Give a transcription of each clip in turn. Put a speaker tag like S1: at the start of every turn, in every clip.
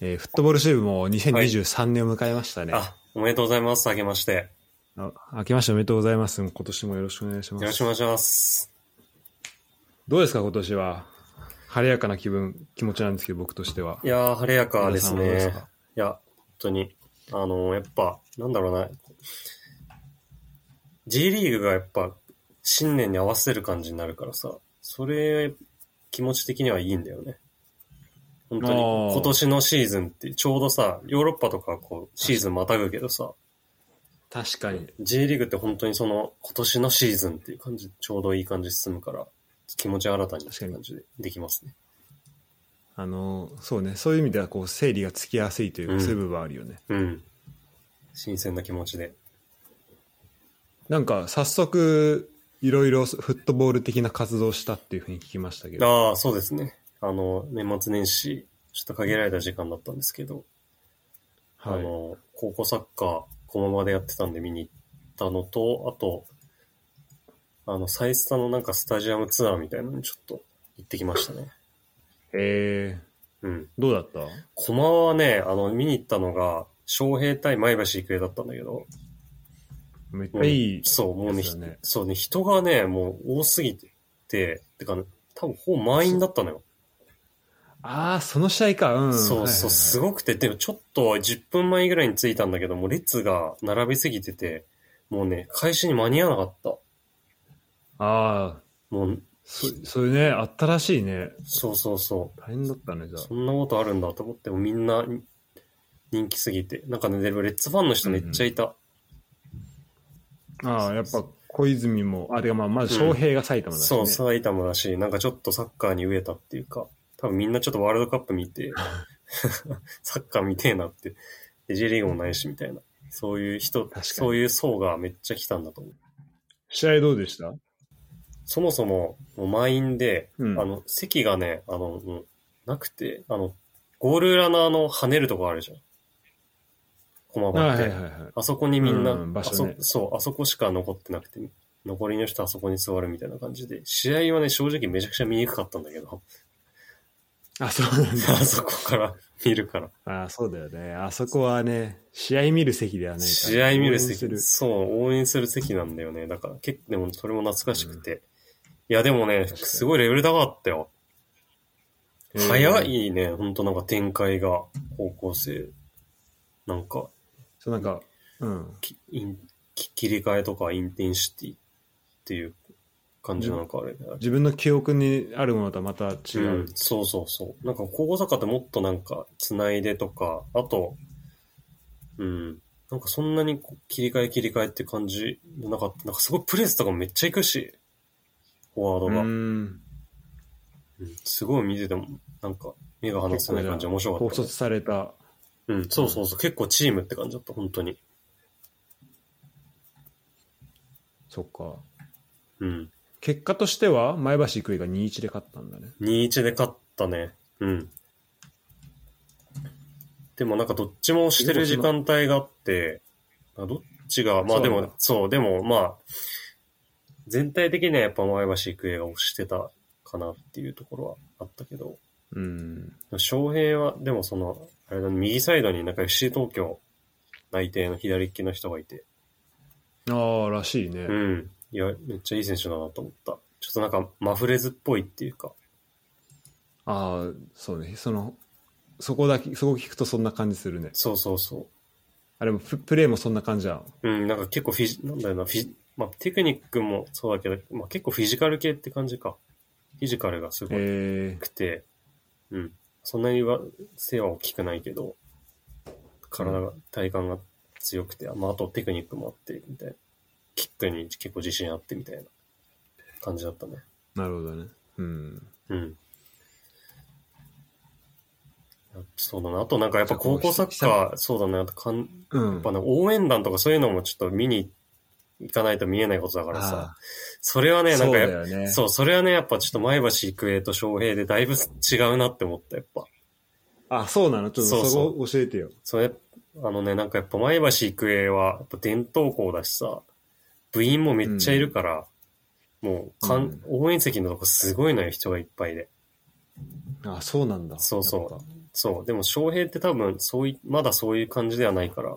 S1: えーフットボール支部も2023年を迎えましたね。
S2: あ、おめでとうございます。あけまして。
S1: あ明けましておめでとうございます。今年もよろしくお願いしま
S2: よろし
S1: す。
S2: くお願いします。
S1: どうですか、今年は。晴れやかな気分、気持ちなんですけど、僕としては。
S2: いやー、晴れやかです
S1: 皆さんはどう
S2: ね
S1: ですか。
S2: いや、本当に。あのー、やっぱ、なんだろうな。G リーグがやっぱ、新年に合わせる感じになるからさ、それ、気持ち的にはいいんだよね。本当
S1: あ
S2: に、
S1: ー
S2: 今年のシーズンって、ちょうどさ、ヨーロッパとかこう、シーズンまたぐけどさ、
S1: 確かに。
S2: J リーグって本当にその、今年のシーズンっていう感じ、ちょうどいい感じで進むから、気持ち新たにって感じでできますね。
S1: あの、そうね、そういう意味では、こう、整理がつきやすいという
S2: う
S1: か、
S2: ん
S1: そういう部分はあるよね。
S2: うん。新鮮な気持ちで。
S1: なんか、早速、いろいろフットボール的な活動をしたっていうふうに聞きましたけど。
S2: ああ、そうですね。あの、年末年始、ちょっと限られた時間だったんですけど、
S1: は
S2: あ
S1: い。
S2: の、高校サッカー、駒場でやってたんで見に行ったのと、あと、あの、サイスタのなんかスタジアムツアーみたいなのにちょっと行ってきましたね。
S1: え
S2: うん。
S1: ー、どうだった
S2: 駒場はね、あの、見に行ったのが、昌平対前橋育英だったんだけど、
S1: めっちゃいい。
S2: そう、もうね
S1: ですよね
S2: ひそうね、人がね、もう多すぎて、てか、ね、多分ほぼ満員だったのよ。
S1: ああ、その試合か。うん。
S2: そうそう、す
S1: ご
S2: ごくて、でもちょっと10分前ぐらいに着いたんだけど、もう列が並びすぎてて、もうね、開始に間に合わなかった。
S1: ああ、
S2: もう、
S1: そそれね、あったらしいね。
S2: そうそうそう。
S1: 大変だったね、じゃあ
S2: そ。んなことあるんだと思って、もうみんな人気すぎて。なんかね、でもレッツファンの人めっちゃいた。
S1: ああ、やっぱ小泉も、あ、てかまあ、まず翔平が埼玉だし、ね
S2: そう、埼玉だし、なんかちょっとサッカーに飢えたっていうか、多分みんなちょっとワールドカップ 見て、サッカー見てえなって、で J リーグもないしみたいな。そういう人
S1: か、に
S2: そういう層がめっちゃ来たんだと思う。
S1: 試合どうでした
S2: そもそも、もう満員で、
S1: うん
S2: あの、席がね、あの、もうなくて、あの、ゴール裏のあの、跳ねるとこあるじゃん。駒
S1: あ
S2: 場っ
S1: は
S2: て。
S1: いはいはい。
S2: あそこにみんな、
S1: うん場
S2: あ
S1: 所
S2: そ
S1: ね
S2: そう、あそこしか残ってなくて、残りの人はあそこに座るみたいな感じで、試合はね、正直めちゃくちゃ見にくかったんだけど、
S1: あ、そうなんだ。
S2: あそこから見るから。
S1: あそうだよね。あそこはね、試合見る席ではないから。
S2: 試合見る席
S1: 応援す
S2: そう、応援する席なんだよね。だから、結構、でもそれも懐かしくて。いや、でもね、
S1: 確かに
S2: すごいレベル高かったよ。
S1: るえー
S2: 早いね、ほんとなんか展開が、高校生。なんか、
S1: そう、なんか、うん。
S2: きインき切り替えとかインテンシティっていう感じなのか、あれ。
S1: 自分の記憶にあるものとはまた違う。
S2: うん、そうそうそう。なんか高校サッカーってもっとなんか、繋いでとか、あと、うん、なんかそんなにこう切り替え切り替えって感じもなかった。なんかすごいプレスとかもめっちゃ行くし、フォワード
S1: う
S2: が。
S1: ん。
S2: うんすごい見てても、なんか目が離せない感じ面白か
S1: 高
S2: ったね、
S1: 卒された。
S2: うん、そうそうそう。結構チームって感じだった、本当に。
S1: そっか。
S2: うん。
S1: 結果としては、前橋育英が2-1で勝ったんだね。
S2: 2-1で勝ったね。うん。でもなんかどっちもしてる時間帯があって、あどっちが、まあ
S1: そう
S2: で
S1: なん
S2: も
S1: だ、
S2: そう、でもまあ、全体的にはやっぱ前橋育英が押してたかなっていうところはあったけど、
S1: うん。
S2: 翔平は、でもその、あれだね、右サイドになんか FC 東京内定の左利きの人がいて、
S1: ああ、らしいね。
S2: うん。いや、めっちゃいい選手だなと思った。ちょっとなんかマフレズっぽいっていうか、
S1: ああ、そうね。その、そこだけ、そこ聞くとそんな感じするね。
S2: そうそうそう。
S1: あれもププレーもそんな感じじゃん。
S2: うん、なんか結構フィジ、なんだよな、フィジ、まあテクニックもそうだけど、まあ結構フィジカル系って感じか。フィジカルがすご
S1: え
S2: くて、うん。そんなには、背は大きくないけど、体が、体幹が強くて、まああとテクニックもあって、みたいな。キックに結構自信あってみたいな感じだったね。
S1: ー、なるほどね。うん。
S2: うん。そうだな。あとなんかやっぱ高校サッカー、そうだね。あとかん、や
S1: うん。
S2: っぱね、応援団とかそういうのもちょっと見に行かないと見えないことだからさ
S1: あ。
S2: それは
S1: ー
S2: ね、なん
S1: そう
S2: か
S1: だ
S2: や
S1: よね。
S2: そう、それはね、やっぱちょっと前橋育英と翔平でだいぶ違うなって思った、やっぱ。
S1: あ、そうなのちょっ
S2: そう
S1: と
S2: そう
S1: そこ教えてよ。
S2: それ、あのね、なんかやっぱ前橋育英は、やっぱ伝統校だしさ、部員もめっちゃいるから、もうかん、
S1: うん
S2: 応援席のとこすごいのよ、人がいっぱいで。
S1: あ、そうなんだ。
S2: そうそう
S1: やっぱ
S2: そう。でも、翔平って多分、そうい、まだそういう感じではないから。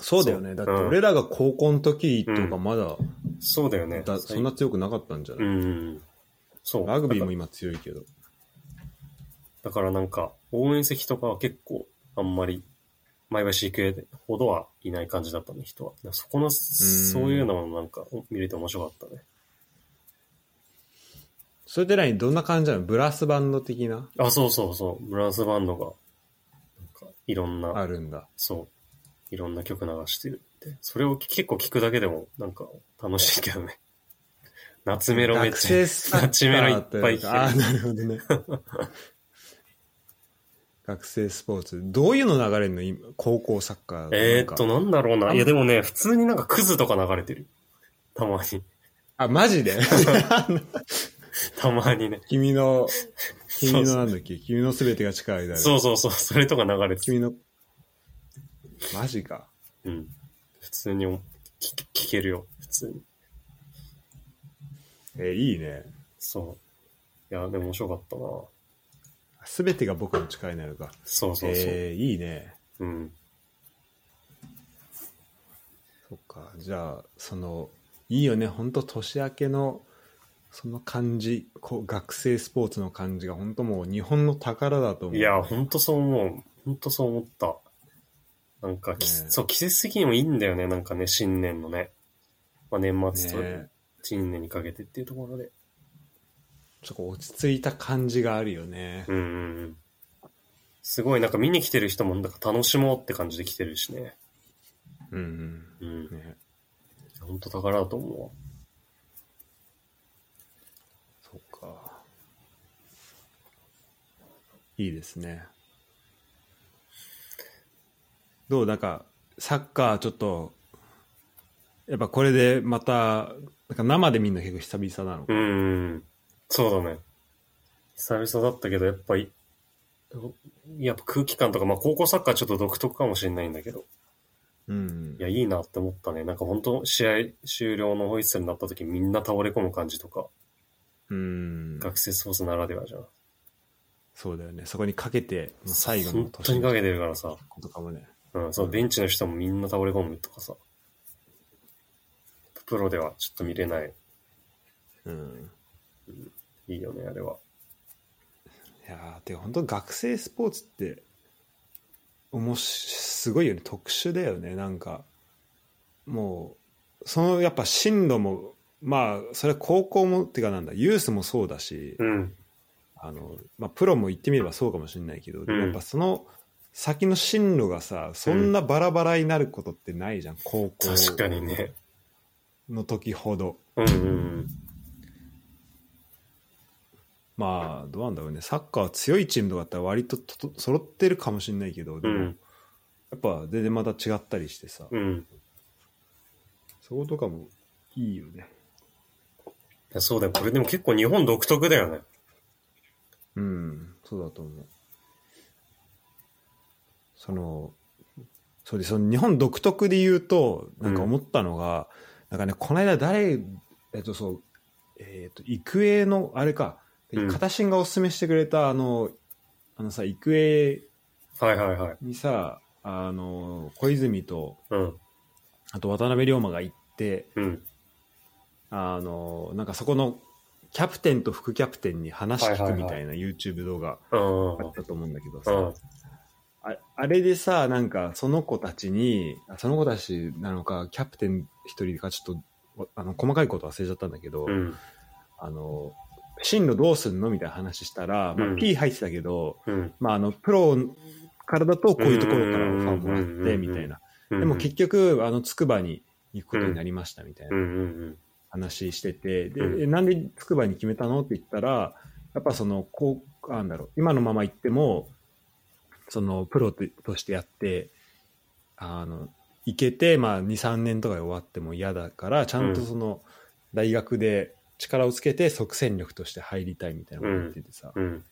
S1: そうだよね。
S2: そう
S1: だって
S2: うん
S1: 俺らが高校の時とかまだ、
S2: そうだよね。
S1: だそんな強くなかったんじゃ
S2: う
S1: ない、
S2: ん。そう。
S1: ラグビー
S2: だか
S1: も今強いけど。
S2: らだからなんか、応援席とかは結構、あんまり、前橋育英ほどはいない感じだったね、人は。だからそこの、そういうのもなんか、お見れて面白かったね。
S1: それでらにどんな感じなのブラスバンド的な
S2: あ、そうそうそう。ブラスバンドが、なんか、いろんな、
S1: あるんだ。
S2: そう。いろんな曲流してるって。それを結構聞くだけでも、なんか、楽しいけどね。 夏メロめっ
S1: 学
S2: ち
S1: 生
S2: ゃ。
S1: サッカ
S2: ナチメロい
S1: ー
S2: っ
S1: と
S2: ぱ
S1: い
S2: いう弾ける
S1: かああ、なるほどね。学生スポーツ。どういうの流れるの今、高校サッカー
S2: え
S1: なん
S2: ー、
S1: か
S2: っと、なんだろうな。いや、でもね、普通になんかクズとか流れてる。たまに。
S1: あ、マジで
S2: たまにね。
S1: 君の、君
S2: そ
S1: の
S2: う
S1: なんだっけ君のすべてが近い間
S2: そうそうそう。それとか流れてる。
S1: 君の、マジか。
S2: うん。普通にお聞聞けるよ。普通に。
S1: え、いいね。
S2: そう。いや、でも面白かったな。
S1: すべてが僕の近いなのか。
S2: そうそうそう。
S1: えー、いいね。
S2: うん。
S1: そっか。じゃあ、その、いいよね。ほんと年明けの、その感じ、こう学生スポーツの感じが本当もう日本の宝だと思う。
S2: いや、ほんとそう思う。ほんとそう思った。なんか、き
S1: ね
S2: そう、季節的にもいいんだよね。なんかね、新年のね。まあ、年末と
S1: ね
S2: 新年にかけてっていうところで。
S1: ちょっと落ち着いた感じがあるよね。
S2: うんうんうん。すごい、なんか見に来てる人も、なんか楽しもうって感じで来てるしね。
S1: うん、
S2: う。
S1: うんん。ね。
S2: ほんと宝だと思うわ。
S1: そっか。いいですね。どうなんか、サッカーちょっと、やっぱこれでまた、なんか生で見るの結構久々なの。
S2: うんうん。そうだね。久々だったけど、やっぱり、やっぱ空気感とか、まあ高校サッカーちょっと独特かもしれないんだけど、
S1: うん
S2: い。や、いいなって思ったね。なんか本当試合終了のホイッスルになった時みんな倒れ込む感じとか、
S1: うん。
S2: 学生スポーツならではじゃん。
S1: そうだよね。そこにかけて、もう最後の
S2: 本当にかけてるからさ、
S1: とかもね。
S2: うん、そう、ベンチの人もみんな倒れ込むとかさ、プロではちょっと見れない。
S1: うん。
S2: いいよね、あれは。
S1: いやーてか本当学生スポーツって、おもし、すごいよね。特殊だよね。なんか、もう、そのやっぱ進路も、まあ、それは高校も、てかなんだ、ユースもそうだし、
S2: うん、
S1: あの、まあ、プロも言ってみればそうかもしれないけど、でもやっぱその先の進路がさ、そんなバラバラになることってないじゃん。高校
S2: 確かにね。
S1: の時ほど。
S2: うんうんうん。
S1: まあどうなんだろうねサッカーは強いチームとかだったら割ととと揃ってるかもしれないけどでも、
S2: うん
S1: やっぱ全然また違ったりしてさ、
S2: うん。
S1: そことかもいいよね
S2: いやそうだよ。これでも結構日本独特だよね。
S1: うんそうだと思うそのそうでその日本独特で言うとなんか思ったのが、なんかねこの間誰えっとそうえっと育英のあれか
S2: うん
S1: 片新がおすすめしてくれたあのあのさ育英
S2: はいはいはい。
S1: にさあの小泉と
S2: うん。
S1: あと渡辺龍馬が行って
S2: うん。
S1: あのなんかそこのキャプテンと副キャプテンに話聞くみたいな YouTube 動画
S2: うん。
S1: あったと思うんだけど
S2: う
S1: さ、
S2: ん。
S1: ああれでさなんかその子たちにあその子たちなのかキャプテン一人かちょっとわあの細かいこと忘れちゃったんだけど、
S2: うん。
S1: あの進路どうすんのみたいな話したら、まあ
S2: うん
S1: P 入ってたけど、
S2: うん。
S1: まあ、あのプロからだとこういうところからオファーもら
S2: うんうんうんうん
S1: っ
S2: う
S1: て
S2: ん
S1: みたいな
S2: うん。
S1: でも結局あの筑波に行くことになりましたみたいな
S2: うんうん
S1: 話してて、で、
S2: うん
S1: えなんでつくばに決めたのって言ったら、やっぱその、こう、なんだろう、今のまま行っても、その、プロととしてやって、あの、行けて、まあ、2、3年とかで終わっても嫌だから、ちゃんと
S2: うん
S1: その、大学で力をつけて即戦力として入りたいみたいなこと言っててさ、
S2: うん。うん。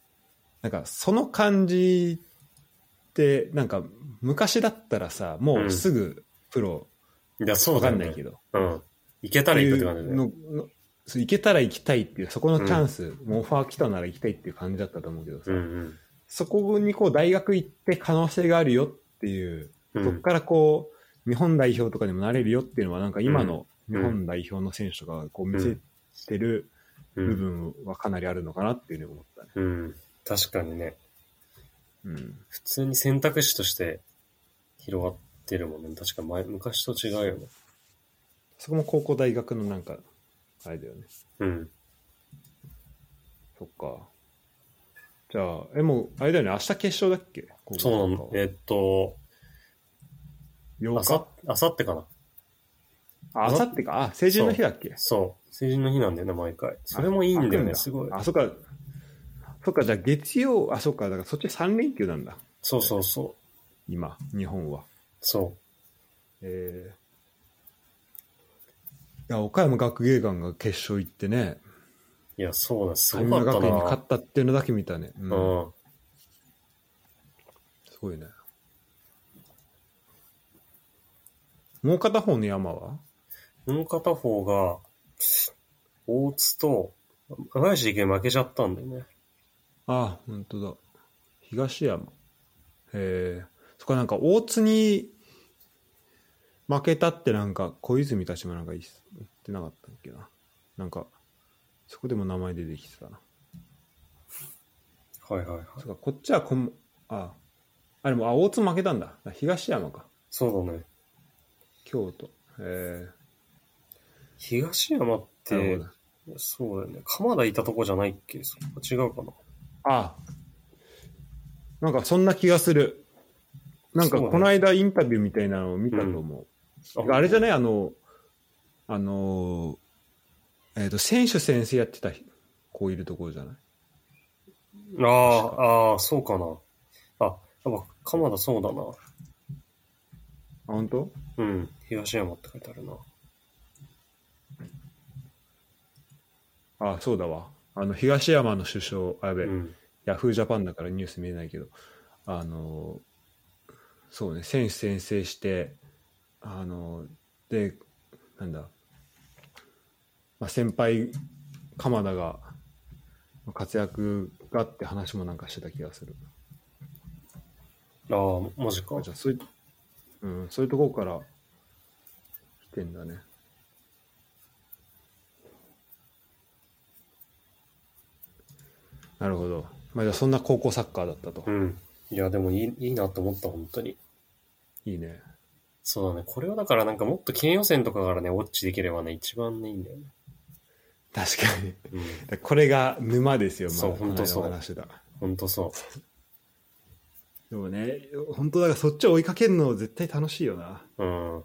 S1: なんか、その感じって、なんか、昔だったらさ、もうすぐプロ、
S2: いや、そう
S1: わ
S2: だ
S1: か
S2: よ
S1: んない
S2: ね
S1: け。ど、
S2: うん。いけたらいくって感じだよね。
S1: ののそう行けたら行きたいっていうそこのチャンス、もうオファー来たなら行きたいっていう感じだったと思うけどさ、
S2: うんうん。
S1: そこにこう大学行って可能性があるよっていう、
S2: う
S1: そこ
S2: ん。
S1: からこう、日本代表とかにもなれるよっていうのは、なんか今の日本代表の選手とかがこう見せてる
S2: う
S1: 部
S2: ん。
S1: 分はかなりあるのかなっていうふうに思ったね。
S2: うん。確かにね。
S1: うん。
S2: 普通に選択肢として広がってるもんね。確か前、昔と違うよね。
S1: そこも高校大学のなんか、あれだよね。
S2: うん。
S1: そっか。じゃあ、え、もう、あれだよね、明日決勝だっけ
S2: そうなんだ。えっと、
S1: 8
S2: あ
S1: 日
S2: さ、あさってかな。
S1: あ、明後日か。あ、成人の日だっけ
S2: そう。成人の日なんだよね、毎回。それもいいんだよね、すごい。
S1: あ、そっか。そっか、じゃあ月曜、あ、そっか、だからそっち3連休なんだ。
S2: そうそうそう。
S1: 今、日本は。
S2: そ
S1: えー、いや岡山学芸館が決勝行ってね、
S2: う。いや、そうだ、す
S1: 神
S2: ご
S1: 村
S2: かった
S1: 学園に勝
S2: な
S1: っ。たっていうのだけ見たね。うん
S2: うん。
S1: すごいね。もう片方の山は
S2: もう片方が、大津と、赤林池負けちゃったんだよね。
S1: ああ、本当だ。東山。ええそっか、なんか大津に負けたってなんか、小泉たちもなんか言ってなかったっけな。なんか、そこでも名前出てきてたな。
S2: はいはいはい。
S1: そっか、こっちはこん、ああ、あれも、あ、大津負けたんだ。東山か。
S2: そうだね。
S1: 京都。え
S2: 東山っ
S1: えなる
S2: て
S1: ほ、ど
S2: そうだよね。鎌田いたとこじゃないっけそこ違うかな。
S1: あなんかそんな気がする。なんか
S2: そうね
S1: この間インタビューみたいなのを見たと思う。あれじゃないあの、あの、えっ、と、選手先生やってた子いるところじゃない
S2: あ
S1: 確
S2: あ、ああ、そうかな。あ、やっぱ鎌田そうだな。
S1: あ、本当
S2: うん。東山って書いてあるな。
S1: あ、そうだわ。あの、東山の首相、あ、やべ、
S2: うん。
S1: ヤフージャパンだからニュース見えないけど、あの、そうね、選手先生して、あの、で、なんだ、まあ、先輩、鎌田が、活躍がって話もなんかしてた気がする。
S2: ああ、マジか
S1: あ。じゃあそうい、うん、そういうところから来てんだね。なるほど。まあ、じゃあそんな高校サッカーだったと
S2: う。ん。いや、でもいい、いいなと思った、本当に。
S1: いいね。
S2: そうだね。これはだからなんかもっと県予選とかからね、ウォッチできればね、一番ね、いいんだよね。
S1: 確かに。
S2: うん。
S1: だこれが沼ですよ、まあ、
S2: そう本当そう
S1: この間の話だ。
S2: 本当そう。
S1: でもね、本当だからそっちを追いかけるの絶対楽しいよな。
S2: うん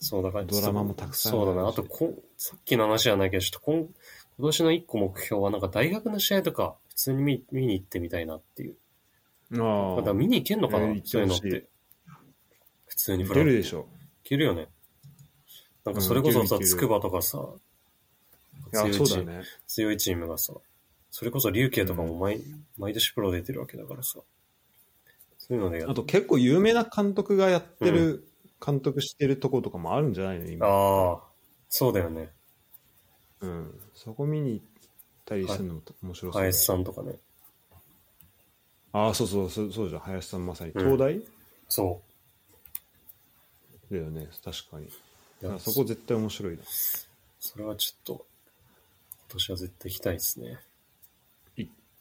S2: そうだから
S1: ドラマもたくさんある
S2: そう
S1: し
S2: だな。あとこ、さっきの話じゃないけど、ちょっと今今年の一個目標は、なんか大学の試合とか、普通に見見に行ってみたいなっていう。
S1: あ
S2: まだ見に行けんのかな、
S1: えー行って
S2: そういうのっ。
S1: ほして
S2: 普通にフラ
S1: 出
S2: ッ
S1: る
S2: グ。
S1: でしょ。
S2: 行けるよね。なんかそれこそさ、
S1: うん行ける行ける
S2: つくばとかさ、
S1: いや
S2: 強、いチ
S1: そう
S2: ー
S1: だ
S2: ム、
S1: ね。
S2: 強いチームがさ、それこそ琉球とかも毎,、毎年プロ出てるわけだからさ。そういうのでやっ
S1: あと結構有名な監督がやってる、監督してるとことかもあるんじゃないの今。
S2: ああ、そうだよね。
S1: うん、そこ見に行ったりするのも面白そうだね、
S2: 林さんとかね。
S1: ああ、そうそう、そうそうじゃん。林さんまさに。
S2: うん
S1: 東大
S2: そ
S1: だよね、確かに。
S2: う。
S1: いやそこ絶対面白いな。
S2: それはちょっと、今年は絶対行きたいですね。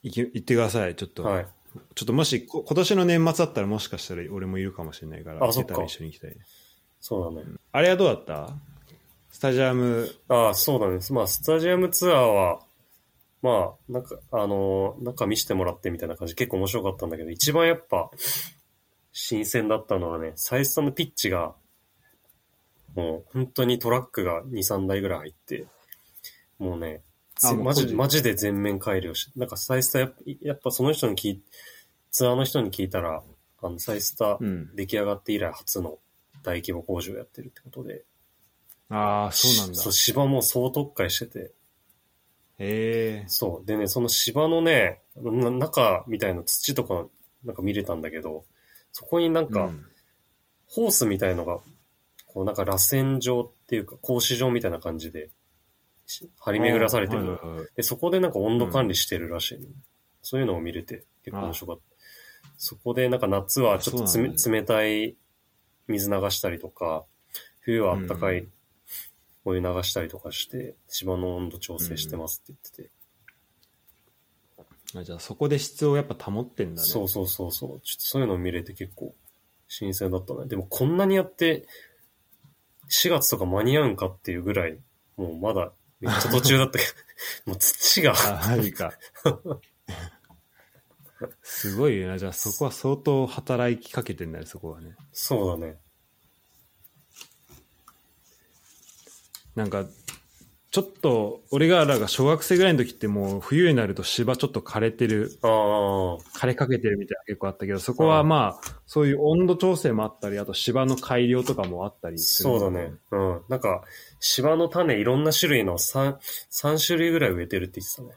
S1: いけ行ってください、ちょっと。
S2: はい。
S1: ちょっともし、こ今年の年末だったらもしかしたら俺もいるかもしれないから、
S2: あそっ
S1: 行
S2: か
S1: けたら一緒に行きたいね。
S2: そうだね。
S1: あれはどうだったスタジアム、
S2: ああ、そうだね。まあ、スタジアムツアーは、まあ、なんか、あのーなんか見せてもらってみたいな感じ、結構面白かったんだけど、一番やっぱ、新鮮だったのはね、最初のピッチが、もう、本当にトラックが2、3台ぐらい入って、もうね、
S1: あ
S2: ぜ
S1: もう
S2: マ
S1: 工
S2: ジ
S1: 事
S2: マジで全面改良して、なんかサイスターやっぱ、やっぱその人に聞い、ツアーの人に聞いたら、あの、サイスター、
S1: うん。
S2: 出来上がって以来初の大規模工事をやってるってことで、
S1: ああ、そうなんだ
S2: し。芝も総特化してて、
S1: へえ。
S2: そう。でね、その芝のね、な中みたいな土とか、なんか見れたんだけど、そこになん
S1: う
S2: か、
S1: ん
S2: ホースみたいのが、こうなんか螺旋状っていうか、格子状みたいな感じで、し張り巡らされてるの。
S1: はいはいはい
S2: で、そこでなんか温度管理してるらしいの、そういうのを見れて結構面白かった。そこでなんか夏はちょっとつめ、
S1: あそ
S2: 冷たい水流したりとか、冬はあったか
S1: う
S2: い
S1: ん
S2: お湯流したりとかして、芝の温度調整してますって言ってて。
S1: あじゃあそこで質をやっぱ保ってんだね。
S2: そうそうそうそう。ちょっとそういうのを見れて結構新鮮だったね。でもこんなにやって4月とか間に合うんかっていうぐらい、もうまだめっちゃ途中だったけ ど、もう土が。
S1: あマジか。すごいよな。じゃあそこは相当働きかけてんだね、そこはね。
S2: そうだね。
S1: なんか、ちょっと、俺がらが小学生ぐらいの時ってもう冬になると芝ちょっと枯れてる、
S2: ああ。
S1: 枯れかけてるみたいなの結構あったけど、そこはまあ、そういう温度調整もあったり、あと芝の改良とかもあったりする。
S2: そうだね。。うん。なんか、芝の種いろんな種類の3、三種類ぐらい植えてるって言ってたね。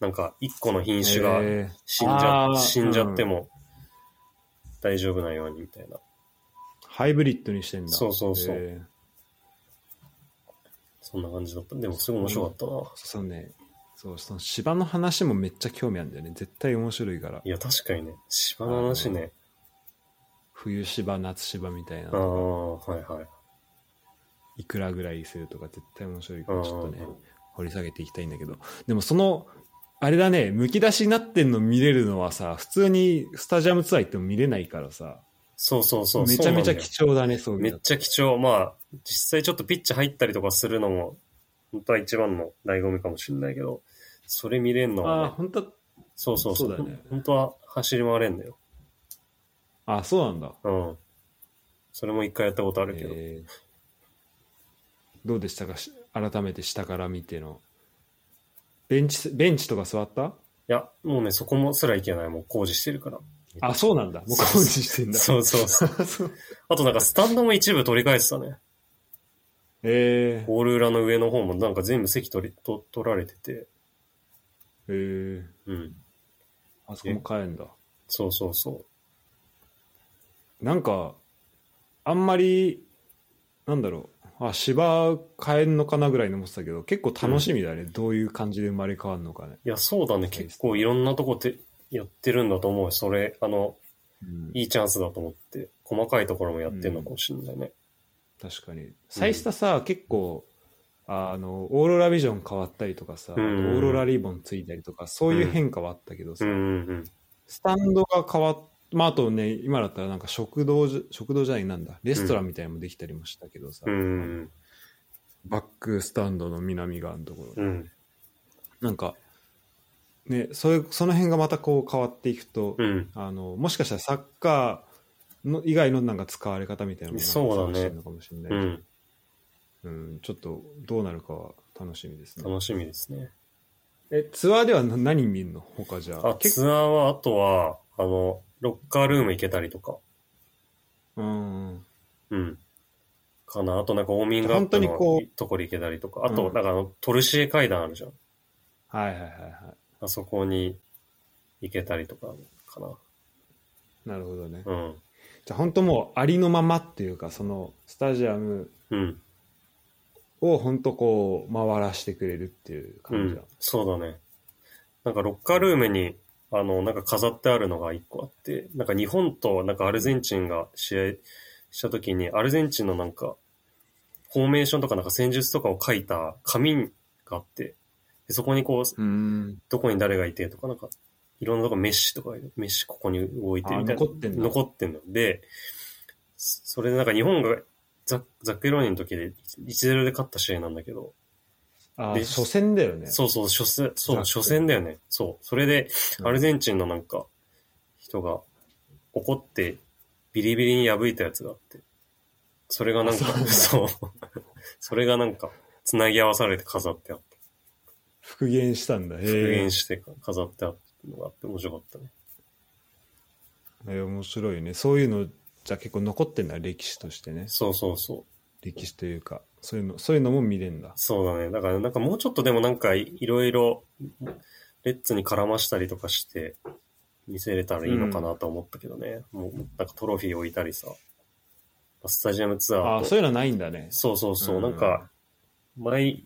S2: なんか、1個の品種が
S1: へー
S2: 死んじゃ,、
S1: あー
S2: 死んじゃっても大丈夫なようにみたいな。
S1: ハイブリッドにしてんだ。
S2: そうそうそう
S1: へー
S2: そんな感じだった。でも、すごい面白かったな。
S1: そうね。そう、その芝の話もめっちゃ興味あるんだよね。絶対面白いから
S2: い。や、確かにね。芝の話ね。
S1: 冬芝、夏芝みたいな
S2: あ。あ、はいはい。
S1: いくらぐらいするとか絶対面白いか
S2: うん
S1: らちょっとね掘り下げていきたいんだけどでもそのあれだねむき出しになってんの見れるのはさ普通にスタジアムツアー行っても見れないからさ
S2: そうそうそう。
S1: めちゃめちゃ
S2: そうなんだよ
S1: 貴重だねそう
S2: めっちゃ貴重。まあ、実際ちょっとピッチ入ったりとかするのも、本当は一番の醍醐味かもしれないけど、それ見れんのは、
S1: あ
S2: ね
S1: あ、本当
S2: そうそうそ
S1: そ
S2: う。
S1: うだよね
S2: 本当は走り回れんだよ。
S1: あそうなんだ
S2: うん。それも一回やったことあるけど。
S1: えーどうでしたかし改めて下から見てのベンチベンチとか座った
S2: いや、もうね、そこもすらいけない。もう工事してるから。
S1: あそうなんだもう工事してんだ
S2: そうそうそ う。
S1: そう
S2: あとなんかスタンドも一部取り返してたね。
S1: えー
S2: ゴール裏の上の方もなんか全部席取り、と取られてて。
S1: えー、
S2: うん。
S1: あそこも買えんだ
S2: そうそうそ
S1: なんか、あんまり、なんだろう、あ、芝変えんのかなぐらいに思ってたけど、結構楽しみだね。どういう感じで生まれ変わるのかね。
S2: う。いや、そうだね。結構いろんなとこてやってるんだと思うよ。それ、あの、いいチャンスだと思って、細かいところもやってるのかもしれないね。
S1: 確かに。サイスタさ、結構、あの、オーロラビジョン変わったりとかさ、
S2: うん
S1: あとオーロラリボンついたりとか、そういう変化はあったけど
S2: う
S1: さ、
S2: んうんうん。
S1: スタンドが変わっまあ、あとね、今だったらなんか食堂じゃ、食堂じゃないなんだ、レストランみたいなのもできたりもしたけどさ、
S2: うんうん
S1: バックスタンドの南側のところ、
S2: うん。うん。
S1: なんか、ね、それその辺がまたこう変わっていくと、
S2: うん。
S1: あのもしかしたらサッカーの以外のなんか使われ方みたいなのも
S2: そうだね
S1: してるのかもしれない、
S2: うん。
S1: うんちょっとどうなるかは楽しみですね
S2: 楽しみですね。
S1: えツアーではな何見るの他じゃ
S2: あ、
S1: 結
S2: ツアーは、あとは、あの、ロッカールーム行けたりとか、
S1: うんうん
S2: うん。かな。あとなんか、ウォーミングアップ
S1: 本当にこう
S2: のところ行けたりとか、あと、
S1: うん
S2: なんかあの、トルシエ階段あるじゃん。
S1: はいはいはいは
S2: あそこに行けたりとか、かな。
S1: いなるほどね、
S2: うん。
S1: じゃあ本当もうありのままっていうかそのスタジアム
S2: うん。
S1: を本当こう回らしてくれるっていう
S2: う
S1: 感じだ
S2: ん、。そうだね。なんか、ロッカールームに、あの、なんか飾ってあるのが一個あって、なんか日本となんかアルゼンチンが試合した時に、アルゼンチンのなんか、フォーメーションとかなんか戦術とかを書いた紙があって、でそこにこう、
S1: うん
S2: どこに誰がいてとか、なんか、いろんなとこメッシとか、メッシここに動いてみたいな。
S1: あ残ってんだ
S2: 残ってんの。で、そそれでなんか日本がザッザック・エローニの時で1-0で勝った試合なんだけど、
S1: あ
S2: で
S1: 初戦だよね
S2: そうそう、初戦、そう、
S1: ザック
S2: 初戦だよね。そう。それで、
S1: うん
S2: アルゼンチンのなんか、人が怒って、ビリビリに破いたやつがあって、それがなんか
S1: あそうなん、だ
S2: そう。それがなんか、繋ぎ合わされて飾ってあった。
S1: 復元したんだへえ
S2: 復元して飾ってあったのがあって面白かったね。
S1: えー面白いねそういうのじゃ結構残ってんだ歴史としてね
S2: そうそうそう。
S1: 歴史というかそういうのそういうのも見れるんだ
S2: そうだね。だから、なんかもうちょっとでもなんかいいろいろ、レッツに絡ましたりとかして、見せれたらいいのかなと思ったけどね。もう、なんかトロフィー置いたりさ、スタジアムツア
S1: あ
S2: ー
S1: あ
S2: と。
S1: そういうのはないんだね
S2: そうそうそう。
S1: うん
S2: なんか、毎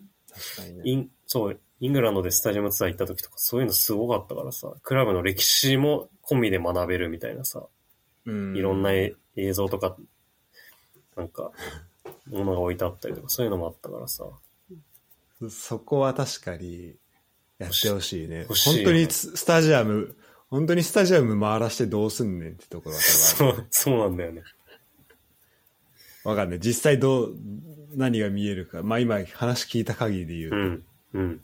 S1: 確かにね。
S2: イン、そう、イングランドでスタジアムツアー行った時とか、そういうのすごかったからさ、クラブの歴史も込みで学べるみたいなさ、
S1: うん
S2: いろんなえ映像とか、なんか、ものが置いてあったりとか、そういうのもあったからさ、
S1: そこは確かにやってほしいね。
S2: 欲しい
S1: 本当にススタジアム、本当にスタジアム回らしてどうすんねんってところは多分
S2: そう、そうなんだよね。
S1: あるわかんない。実際どう、何が見えるか。まあ今話聞いた限りで言う
S2: う
S1: と。
S2: ん、うん。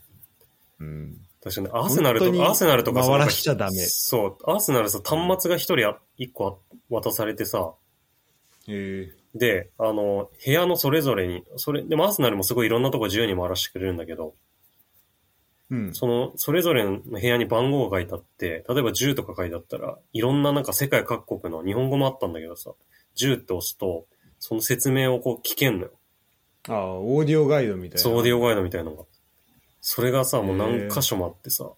S1: うん。
S2: 確かに、アーセナルと
S1: 本当に
S2: か、アーセナルとかさ
S1: 回らしちゃダメ
S2: そう、アーセナルさ、端末が一人あ一個あ渡されてさ、
S1: え
S2: で、あの、部屋のそれぞれに、それ、でもアーセナルもすごいいろんなとこ自由に回らせてくれるんだけど、
S1: うん。
S2: その、それぞれの部屋に番号が書いてあって、例えば10とか書いてあったら、いろんななんか世界各国の日本語もあったんだけどさ、10って押すと、その説明をこう聞けんのよ。
S1: ああ、オーディオガイドみたいな。
S2: そうオーディオガイドみたいなのが。それがさ、もう
S1: へ
S2: 何
S1: ー
S2: 箇所もあってさ、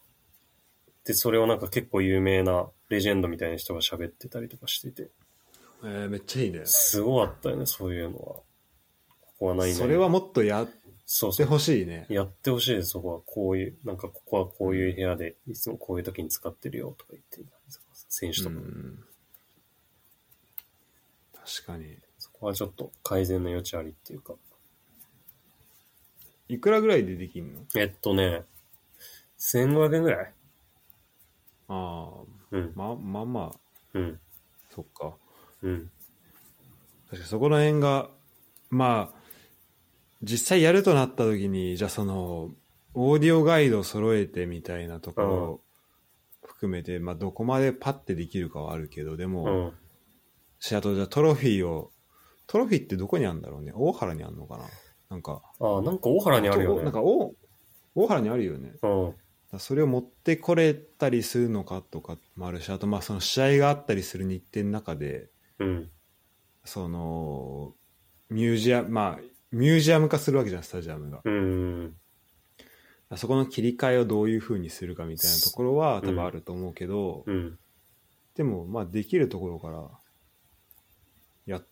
S2: で、それをなんか結構有名なレジェンドみたいな人が喋ってたりとかしてて、
S1: えーめっちゃいいね。
S2: すごかったよね、そういうのは。ここはないね。
S1: それはもっとやっ
S2: そうそ
S1: て
S2: う。
S1: ほしいね。
S2: やってほしいです、そこは。こういう、なんかここはこういう部屋で、いつもこういう時に使ってるよとか言って、選手と
S1: う
S2: か、
S1: ん。確かに。
S2: そこはちょっと改善の余地ありっていうか。
S1: いくらぐらいでできんの
S2: えっとね、1500円ぐらい
S1: ああ、
S2: うん、
S1: ま、まあまあ、
S2: うん、
S1: そっか。
S2: うん、
S1: 確かにそこら辺がまあ実際やるとなった時にじゃあそのオーディオガイドを揃えてみたいなところを含めて、まあ、どこまでパッてできるかはあるけどで
S2: う
S1: も、
S2: ん。
S1: しあとじゃあトロフィーをトロフィーってどこにあるんだろうね大原にあるのかななんか
S2: ああ、なんか大原にあるよ
S1: なん
S2: ね。
S1: か大大原にあるよね
S2: うん、
S1: だからそれを持ってこれたりするのかとかもあるしあとまあその試合があったりする日程の中で
S2: うん、
S1: そのミュージアムまあミュージアム化するわけじゃんスタジアムが
S2: うん、
S1: あそこの切り替えをどういうふうにするかみたいなところは
S2: うん
S1: 多分あると思うけど、
S2: うん。
S1: でもまあできるところからやっ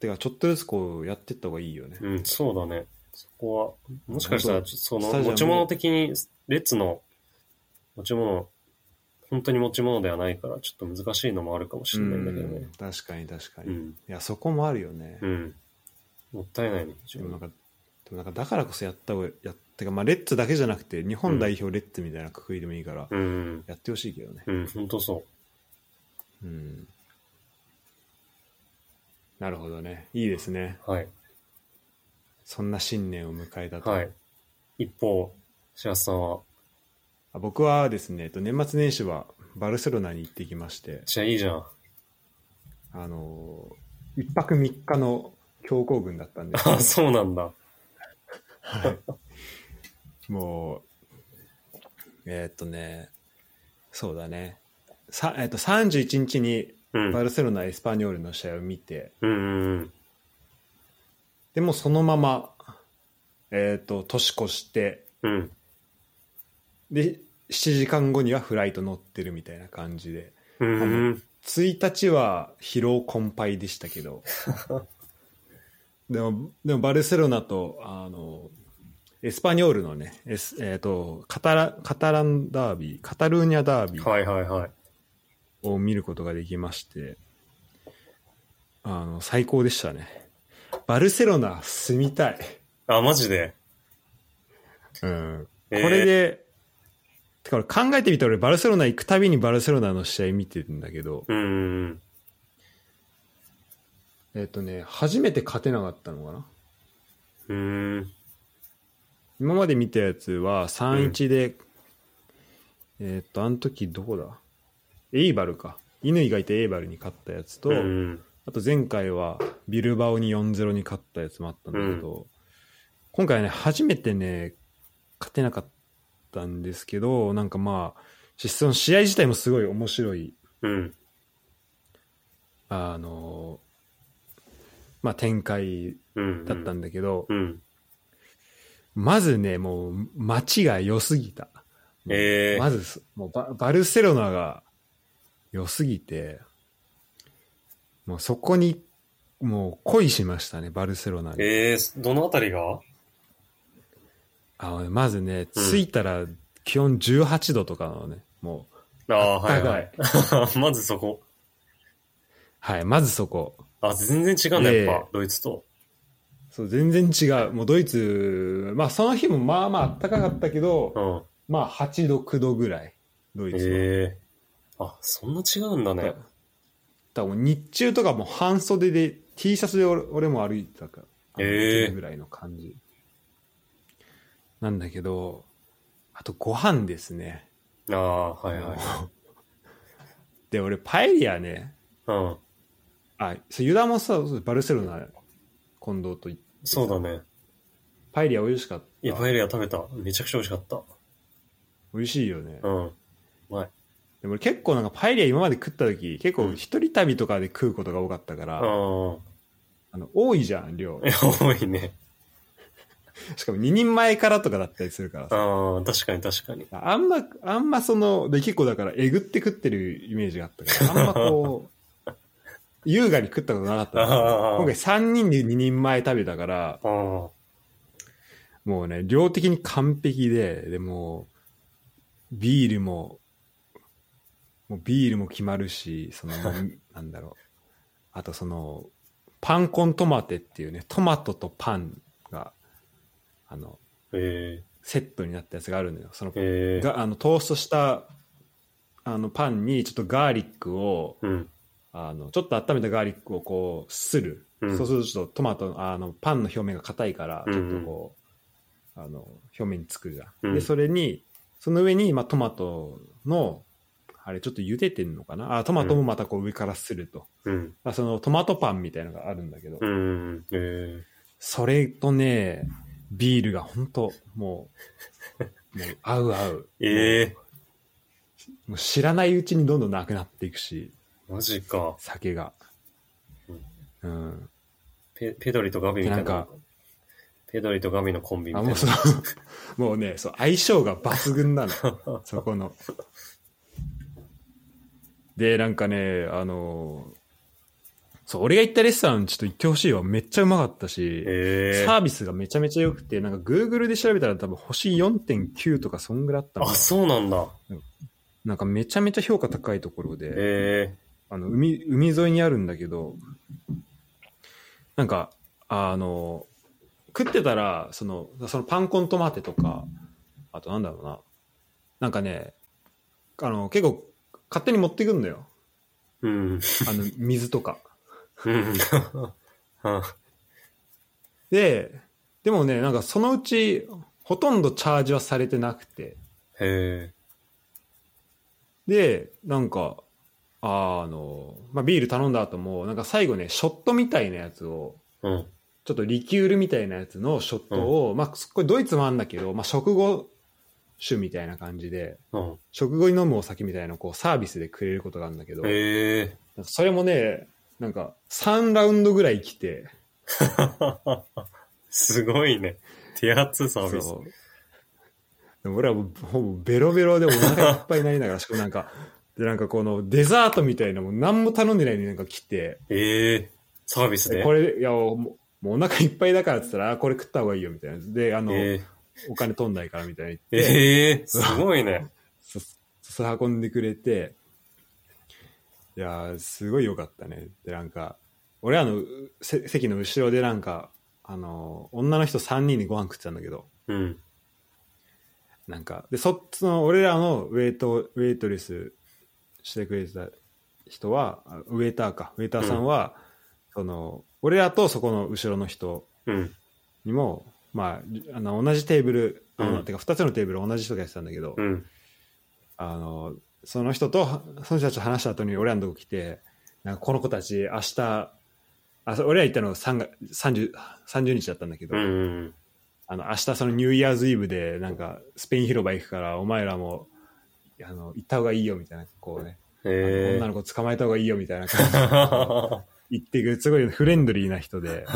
S1: てかちょっとずつこうやってった方がいいよね、
S2: うん、そうだね。そこは、もしかしたら、
S1: 本当
S2: ちょそ
S1: スタ
S2: の、
S1: ジアム
S2: 持ち物的に、レッツの持ち物、本当に持ち物ではないから、ちょっと難しいのもあるかもしれないんだけど
S1: う
S2: ね
S1: ん。確かに確かに、
S2: う
S1: い
S2: ん。
S1: やそこもあるよね、
S2: うん。もったいないね。
S1: でもなんかでもなんかだからこそやった方がやってかまあレッツだけじゃなくて日本代表レッツみたいなくくりでもいいから
S2: うん。
S1: やってほしいけどね
S2: うん、ほんとそ
S1: うんなるほどねいいですね
S2: う。はい。
S1: そんな新年を迎えたと、
S2: はい。一方、白洲さんは、
S1: あ僕はですねえっと年末年始はバルセロナに行ってきまして
S2: じゃあいいじゃん。
S1: あのー、1泊3日の強行軍だったんで、
S2: あそうなんだ。
S1: はい、もうえっとねそうだねさ、えっと31日に
S2: うん。う
S1: バ
S2: ん
S1: ルセロナ・エスパニョールの試合を見て、
S2: うんうん。
S1: でもうそのままえっ、と年越して
S2: うん。
S1: で7時間後にはフライト乗ってるみたいな感じで
S2: うん。
S1: 1日は疲労困憊でしたけ どでもでもバルセロナとあのエスパニョールのねエス、えー、とカタラカタランダービーカタルーニャダービー
S2: はいはいはい。
S1: を見ることができまして、あの最高でしたねバルセロナ住みたい、
S2: あ、マジで。
S1: うん、こ
S2: えー
S1: れで、てか俺考えてみたら俺バルセロナ行くたびにバルセロナの試合見てるんだけど、
S2: うんうん
S1: えっ、とね、初めて勝てなかったのかな
S2: うん。うん。
S1: 今まで見たやつは3-1で、えっ、と、あの時どこだエイバルか。乾がいてエイバルに勝ったやつと、
S2: うん。
S1: あと前回はビルバオに4-0に勝ったやつもあったんだけど、今回ね、初めてね、勝てなかったんですけど、なんかまあ、その試合自体もすごい面白い
S2: うん。
S1: あのまあ展開
S2: うん。
S1: だったんだけど、
S2: うん。
S1: まずねもう街が良すぎた、
S2: ええ
S1: まずすもうババルセロナが良すぎてもうそこにもう恋しましたねバルセロナに、
S2: ええどのあたりが
S1: あのねまずね、着いたら気温18度とかなのね、もう、
S2: ああ、
S1: あっ
S2: は
S1: た
S2: い
S1: か
S2: はい。まずそこ。
S1: はい、まずそこ。
S2: あ、全然違うんだ、やっぱ、
S1: ええ
S2: ドイツと。
S1: そう、全然違う。もうドイツ、まあその日もまあまあ暖かかったけど
S2: う、ん。
S1: まあ8度、9度ぐらい、ドイツは。
S2: ええあ、そんな違うんだね
S1: だ。からもう日中とかもう半袖で T シャツで俺俺も歩いてたから、
S2: へえ
S1: ぐらいの感じなんだけどあとご飯ですね
S2: ああ、はいはい。
S1: で俺パエリアね
S2: うん。
S1: あそうユダもさそうバルセロナ近藤と行って
S2: そうだね。
S1: パエリア美味しかった
S2: いや、パエリア食べた。めちゃくちゃ美味しかった。
S1: 美味しいよね、
S2: うん。
S1: でも俺結構なんかパエリア今まで食った時結
S2: う
S1: 構
S2: ん
S1: 一人旅とかで食うことが多かったから、
S2: あ
S1: あの多いじゃん量
S2: あ。いや、多いね。
S1: しかも2人前からとかだったりするからさ
S2: ああ、確かに確かに。
S1: あんま、あんまその、で、結構だから、えぐって食ってるイメージがあったから、あんまこう、優雅に食ったことなかったから。
S2: ああ。
S1: 今回3人で2人前食べたから、
S2: ああ。
S1: もうね、量的に完璧で、でもう、ビールも、もうビールも決まるし、その、もうなんだろう。あとその、パンコントマテっていうね、トマトとパンが、あの、
S2: え
S1: セットになったやつがあるのよ。その
S2: えええ
S1: があのトーストしたあのパンにちょっとガーリックを
S2: うん。
S1: あのちょっと温めたガーリックをこうする、
S2: うん
S1: そうするとちょっとトマトのあのパンの表面が硬いから
S2: うん
S1: ち
S2: うん
S1: ょっとこう、あの表面につくじゃん、
S2: うん
S1: でそれにその上に、まあ、トマトのあれちょっと茹でてんのかなあトマトもまたこう上からすると、
S2: うん。
S1: まあ、そのトマトパンみたいなのがあるんだけど、
S2: うん。え
S1: それとねビールが本当もうもう合う合う
S2: えええ
S1: もう知らないうちにどんどんなくなっていくし、
S2: マジか。
S1: 酒が。うん。
S2: ペペドリとガビみた
S1: な
S2: いな。
S1: んか
S2: ペドリとガビのコンビみ
S1: あ、
S2: たい
S1: もうそ
S2: な。
S1: の、もうね、そう、相性が抜群なの。そこの。で、なんかね、あの、そう、俺が行ったレストランちょっと行ってほしいわ。めっちゃうまかったし、
S2: ええ
S1: サービスがめちゃめちゃ良くて、なんか Google で調べたら多分星4.9とかそんぐらいあったの
S2: あ、
S1: かな。
S2: そうなんだ。
S1: なんかめちゃめちゃ評価高いところで。
S2: え
S1: あの海海沿いにあるんだけどなんかあの食ってたらそのそのパンコントマテとかあとなんだろうななんかねあの結構勝手に持ってくんのよ
S2: えうん。
S1: あの 水とか
S2: うん。 あ
S1: ででもねなんかそのうちほとんどチャージはされてなくて
S2: へえ。
S1: でなんかあの、まあ、ビール頼んだ後もなんか最後ねショットみたいなやつを
S2: うん。
S1: ちょっとリキュールみたいなやつのショットを、まあ、これドイツもあるんだけど、まあ、食後酒みたいな感じで、
S2: うん。
S1: 食後に飲むお酒みたいなのをこうサービスでくれることがあるんだけど、
S2: ええ
S1: なんかそれもね、なんか3ラウンドぐらい来て、
S2: すごいね。手厚サービス。
S1: そうでも俺はもうほぼベロベロでお腹いっぱいになりながら、しかもなんか、で、なんかこのデザートみたいなのも何も頼んでないのになんか来て、
S2: ええサービスで。
S1: これ、いや、もうもうお腹いっぱいだからって言ったら、あこれ食った方がいいよみたいな。で、あの、
S2: え
S1: お金取んないからみたいな言って
S2: えええすごいね。
S1: そそれ運んでくれていやーすごい良かったねでなんか俺あのうせ席の後ろでなんかあのー女の人3人でご飯食ってたんだけど
S2: うん。
S1: なんかでそっちの俺らのウェイトウェイトレスしてくれてた人はあウェイターかウェイターさんは、その俺らとそこの後ろの人
S2: うん。
S1: にもまありあの同じテーブル、あの
S2: うん
S1: てか2つのテーブル同じ人がやってたんだけど、
S2: うん。
S1: あの、その人と、その人たちと話した後に俺らのとこ来て、なんかこの子たち明日、あそう俺ら行ったの3が 30, 30日だったんだけど、
S2: うん。
S1: あの明日そのニューイヤーズイブでなんかスペイン広場行くからお前らもあの行った方がいいよみたいなこうね、
S2: ええ
S1: 女の子捕まえた方がいいよみたいな感じで言ってくるすごいフレンドリーな人で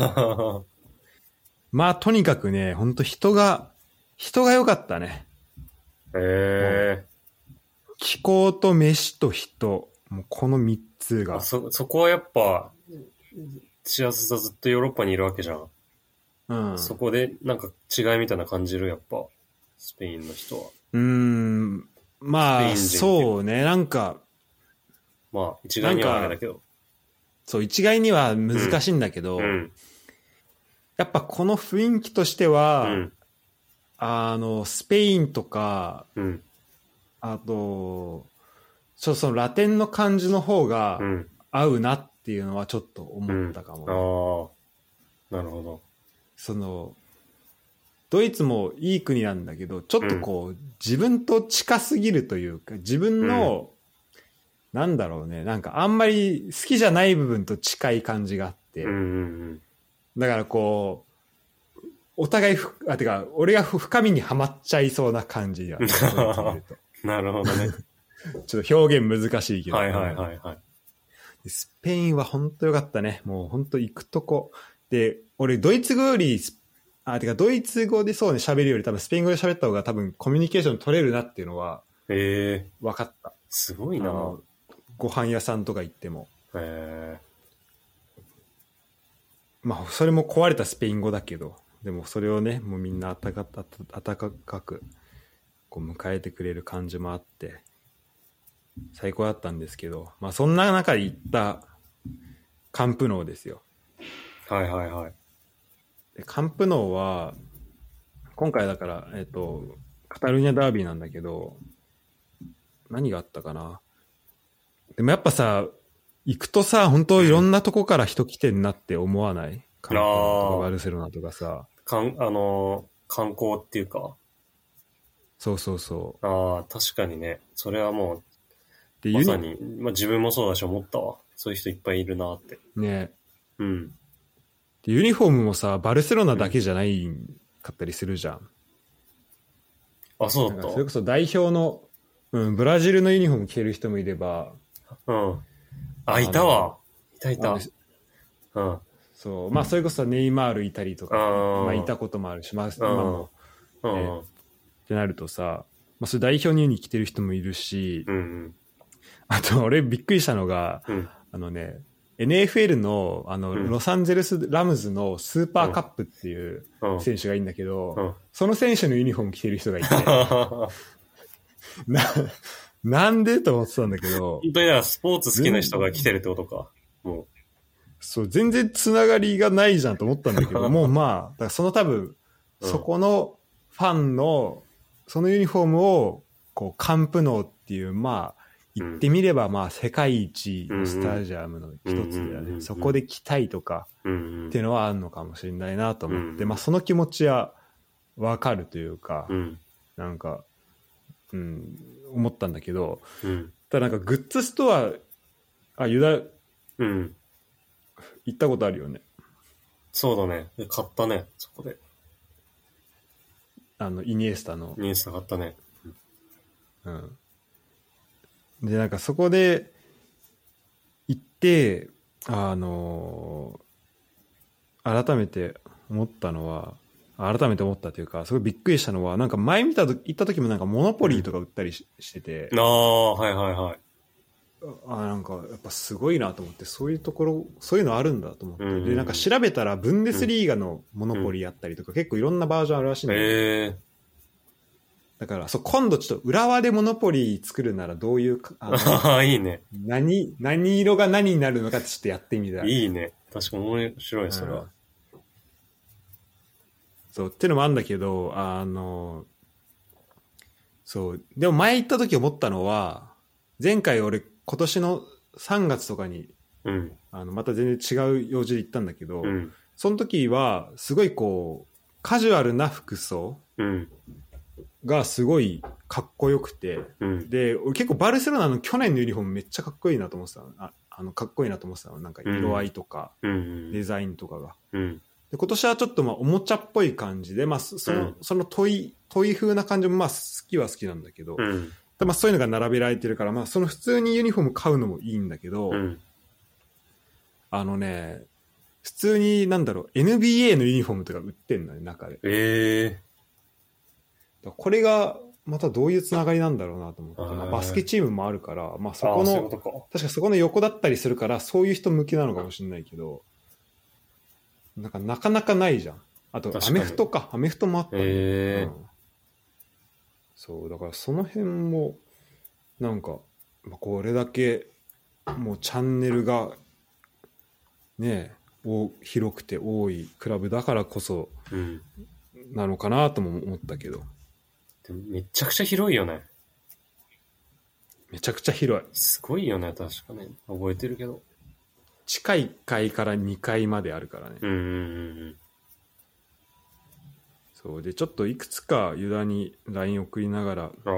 S1: まあとにかくね本当人が人が良かったね
S2: え
S1: 気候と飯と人もうこの3つ
S2: え
S1: が
S2: そ、そこはやっぱ、シアスさずっとヨーロッパにいるわけじゃん。
S1: うん、
S2: そこでなんか違いみたいな感じる、やっぱ。スペインの人は。
S1: うーん、ま
S2: スペイン
S1: あ、
S2: 人
S1: そうね。なんか、
S2: まあ、一概にはあれだけど。
S1: そう、一概には難しいんだけど、
S2: うん。
S1: やっぱこの雰囲気として
S2: う
S1: は、
S2: ん。
S1: あの、スペインとか、
S2: うん。
S1: あと、ちょっとそのラテンの感じの方が
S2: うん。
S1: 合うなっていうのはちょっと思ったかも
S2: あ
S1: ね、
S2: あー。なるほど。
S1: その、ドイツもいい国なんだけど、ちょっとこう、自分と近すぎるというか、自分の、なんだろうね、なんかあんまり好きじゃない部分と近い感じがあって、
S2: うんうん
S1: だからこう、お互いふ、あ、てか、俺がふ深みにはまっちゃいそうな感じ だ、ね、
S2: うん。なるほどね。
S1: ちょっと表現難しいけど。
S2: はいはいはいはい。
S1: スペインは本当良かったね。もう本当行くとこ。で、俺、ドイツ語よりス、あ、てか、ドイツ語でそうね、喋るより多分、スペイン語で喋った方が多分、コミュニケーション取れるなっていうのは
S2: ええ
S1: 分かった。
S2: すご
S1: あ
S2: いな。
S1: のご飯屋さんとか行っても。
S2: え
S1: まあ、それも壊れたスペイン語だけど、でもそれをね、もうみんな温か温かく、こう迎えてくれる感じもあって、最高だったんですけど、まあそんな中で行った、カンプノーですよ。
S2: えはいはいはい。
S1: でカンプノーは、今回だから、えっ、と、カタルーニャダービーなんだけど、何があったかな。でもやっぱさ、行くとさ、本当いろんなとこから人来てんなって思わないカンプノーと
S2: あ
S1: か
S2: ー
S1: バルセロナとかさ。
S2: かん、あのー観光っていうか。
S1: そうそうそう。
S2: ああ、確かにね。それはも
S1: で、
S2: う、ま
S1: ユ
S2: さ
S1: ニ、
S2: に、まあ自分もそうだし思ったわ。そういう人いっぱいいるなって。
S1: ね、
S2: うん。
S1: でユニフォームもさ、バルセロナだけじゃないかったりするじゃん。
S2: あ、そう
S1: なん
S2: だ
S1: か
S2: っ
S1: それこそ代表の、うん、ブラジルのユニフォーム着てる人もいれば、
S2: た。うん。あ、いたわ。いたい
S1: あ
S2: た
S1: の。
S2: うん。
S1: そう、まあ、それこそネイマールいたりとか、
S2: あー
S1: まあ、いたこともあるし、まあ、今
S2: うん
S1: も。
S2: う
S1: ね
S2: ん。
S1: ってなるとさ、まあ、それ代表に着てる人もいるし、
S2: うん。
S1: あと、俺びっくりしたのが、
S2: うん。
S1: あのね、NFL の、あの、
S2: うん
S1: ロサンゼルスラムズのスーパーカップっていう
S2: うん。
S1: 選手がいいんだけど、
S2: うん。
S1: その選手のユニフォーム着てる人がいて、
S2: 本
S1: な、 なんでと思ってたんだけど、
S2: 当にだからスポーツ好きな人が来てるってことか。も
S1: そう、全然つながりがないじゃんと思ったんだけ ど、もうまあ、だからその多分、
S2: うん
S1: そこのファンの、そのユニフォームを、こう、カンプノーっていう、まあ、
S2: うん
S1: 言ってみれば、まあ、世界一のスタジアムの一つで
S2: うんうんうんうんうんう
S1: ね、
S2: ん
S1: そこで着たいとか
S2: う。う
S1: っ
S2: ん
S1: ていうのはあるのかもしれないなと思って、
S2: うん
S1: まあ、その気持ちはわかるというか
S2: うん。う、ん。
S1: なんか、うん、思ったんだけど、
S2: うん。
S1: ただなんかグッズストア、あ、ユダ、行
S2: うん。
S1: ったことあるよね。
S2: そうだね。で買ったね。そこで。
S1: あの、イニエスタの。
S2: ニュース買ったね。
S1: うん。で、なんかそこで行って、あのー改めて思ったのは、改めて思ったというか、すごいびっくりしたのは、なんか前見たと、行った時もなんかモノポリーとか売ったりし,、してて、
S2: ああ、はいはいはい。
S1: あ、なんかやっぱすごいなと思って、そういうところ、そういうのあるんだと思って、
S2: うんうんうん
S1: で、なんか調べたらブンデスリーガのモノポリーやったりとか、結構いろんなバージョンあるらしいんだけど
S2: ええ
S1: だから、そう、今度ちょっと浦和でモノポリー作るならどういうか、 あの
S2: ああ、いいね。
S1: 何、何色が何になるのかってちょっとやってみたい。
S2: いいね。確かに面白いね、それ
S1: う
S2: は
S1: ん。そう、ってのもあるんだけど、あの、そう、でも前行った時思ったのは、前回俺今年の3月とかに、
S2: うん。
S1: あの、また全然違う用事で行ったんだけど、
S2: うん。
S1: その時は、すごいこう、カジュアルな服装
S2: うん。
S1: がすごいかっこよくて、
S2: うん。
S1: で俺結構バルセロナの去年のユニフォームめっちゃかっこいいなと思ってたのああのかっこいいなと思ってたのなんか色合いとか
S2: うん。
S1: デザインとかが、
S2: うん。
S1: で今年はちょっとまあおもちゃっぽい感じで、まあ、そその,、
S2: うん
S1: その問い問い風な感じもまあ好きは好きなんだけど、
S2: うん。
S1: でまあ、そういうのが並べられてるから、まあ、その普通にユニフォーム買うのもいいんだけど、
S2: うん。
S1: あのね普通になんだろう NBA のユニフォームとか売ってんのね中でだか
S2: え
S1: ら
S2: え
S1: これがまたどういうつながりなんだろうなと思って、ま
S2: へ
S1: あ、
S2: ー
S1: バスケチームもあるから、まあ、そ
S2: あ
S1: こ
S2: あ、そうい
S1: の
S2: うことか。
S1: 確かそこの横だったりするからそういう人向けなのかもしれないけどなんかなかなかないじゃんあと
S2: 確
S1: ア
S2: かに
S1: メフトかアメフトもあったね、
S2: ええ
S1: うんそうだからその辺もなんか、まあ、これだけもうチャンネルがねえお広くて多いクラブだからこそ
S2: うん。
S1: なのかなとも思ったけど
S2: でもめちゃくちゃ広いよね。
S1: めちゃくちゃ広い
S2: すごいよね、確かね。覚えてるけど。
S1: 地下1階から2階まであるからね
S2: うんうんうんうん。
S1: そうでちょっといくつかユダに LINE 送りながら、
S2: あ、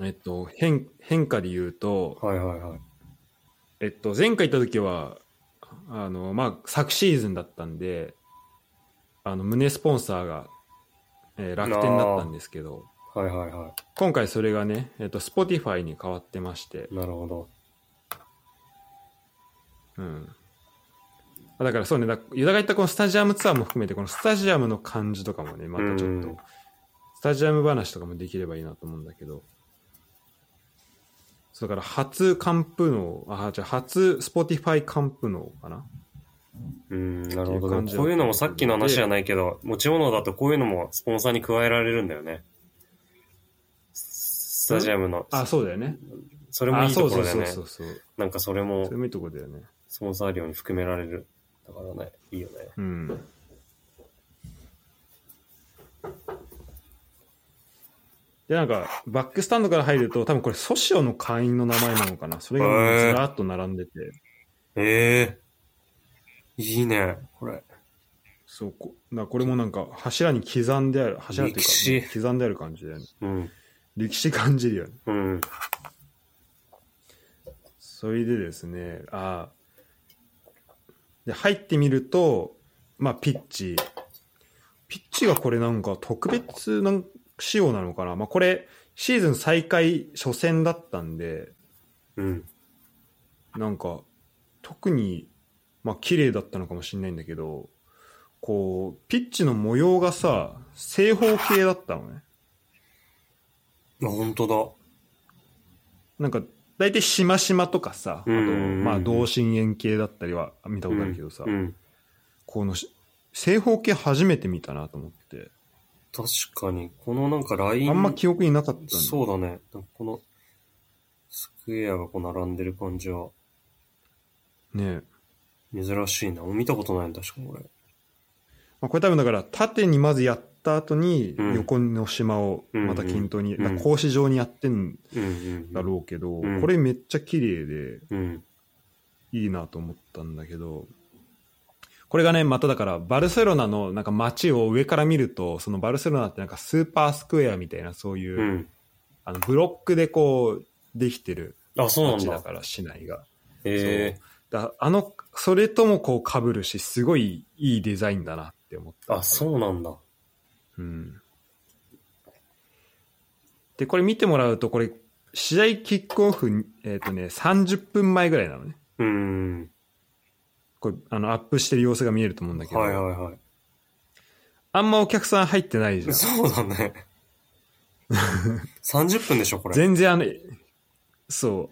S1: えっと、変変化で言うと、
S2: はいはいはい。
S1: えっと、前回行った時はあの、まあ、昨シーズンだったんであの胸スポンサーが、えー楽天だったんですけど
S2: はいはいは
S1: 今回それがね、えっと、Spotify に変わってまして
S2: い。、なるほど。
S1: うん、あだからそうねだユダが言ったこのスタジアムツアーも含めてこのスタジアムの感じとかもねまたちょっ
S2: うん
S1: とスタジアム話とかもできればいいなと思うんだけどそうだから初完封のあじゃあ初 Spotify 完封のかな
S2: うん、な
S1: って
S2: る
S1: い
S2: ほ
S1: う
S2: ど
S1: 感
S2: ね。
S1: じだ
S2: こういうのもさっきの話じゃないけど、持ち物だとこういうのもスポンサーに加えられるんだよね。ススタジアムの。
S1: あそうだよね
S2: それもいいところだよ
S1: あ
S2: ね。
S1: そうそうそうそう
S2: なんかそれも
S1: それもいいとこだよね
S2: スポンサー料に含められる。だからね、いいよね。
S1: うんでなんかバックスタンドから入ると多分これソシオの会員の名前なのかなそれがもうずらーっと並んでて、
S2: ええいいね、これ。
S1: そうこなこれもなんか柱に刻んである柱というか
S2: 歴史
S1: 刻んである感じだよね
S2: うん。
S1: 歴史感じるよね
S2: うん。
S1: それでですねあで入ってみるとまあピッチピッチがこれなんか特別な仕様なのかなまあこれシーズン再開初戦だったんで
S2: うん。
S1: なんか特にまあ綺麗だったのかもしれないんだけどこうピッチの模様がさ正方形だったのね
S2: あ、本当
S1: なんか大体しましまとかさあと
S2: うんうんうん
S1: まあ同心円形だったりは見た
S2: だ。
S1: ことあるけどさ、
S2: うん。
S1: このし正方形初めて見たなと思って
S2: 確かに、このなんかライン
S1: あんま記憶になかったんで
S2: そうだね。なんかこの、スクエアがこう並んでる感じは、
S1: ねえ、
S2: 珍しいな。見たことないんだ、確かこれ。
S1: まあ、これ多分だから縦にまずやった後に
S2: うん
S1: 横の島をまた均等に、
S2: うんうん
S1: だから格子状にやってん
S2: うんうん。
S1: だろうけど、
S2: うん
S1: これめっちゃ綺麗で
S2: うん。
S1: いいなと思ったんだけどこれがねまただからバルセロナのなんか街を上から見るとそのバルセロナってなんかスーパースクエアみたいなそういう、
S2: うん。
S1: あのブロックでこうできてる
S2: あ、そうなん
S1: 街だ
S2: だ。
S1: から市内が
S2: え
S1: だあのそれともこう被るしすごいいいデザインだなって思っ
S2: え
S1: た
S2: あ、そうなんだ。
S1: うんでこれ見てもらうとこれ試合キックオフ、えっとね、30分前ぐらいなのね
S2: うん。
S1: これあのアップしてる様子が見えると思うんだけど、
S2: はいはいは
S1: あんまお客さん入ってないじゃ
S2: い。
S1: ん
S2: そうだ ね。30分でしょ、これ。
S1: 全然あのそ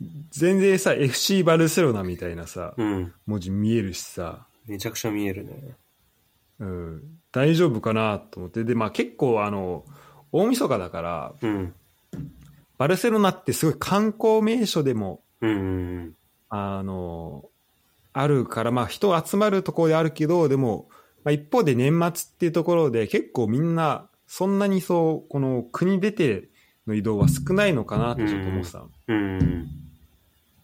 S1: う全然さ FC バルセロナみたいなさ
S2: うん。
S1: 文字見えるしさ
S2: めちゃくちゃ見えるね。
S1: うん、大丈夫かなと思ってで、まあ、結構あの大晦日だから
S2: うん。
S1: バルセロナってすごい観光名所でも
S2: うんうん
S1: あのあるから、まあ、人集まるところであるけどでも、まあ、一方で年末っていうところで結構みんなそんなにそうこの国出ての移動は少ないのかなってちょっと思ってたの。
S2: うん。うん。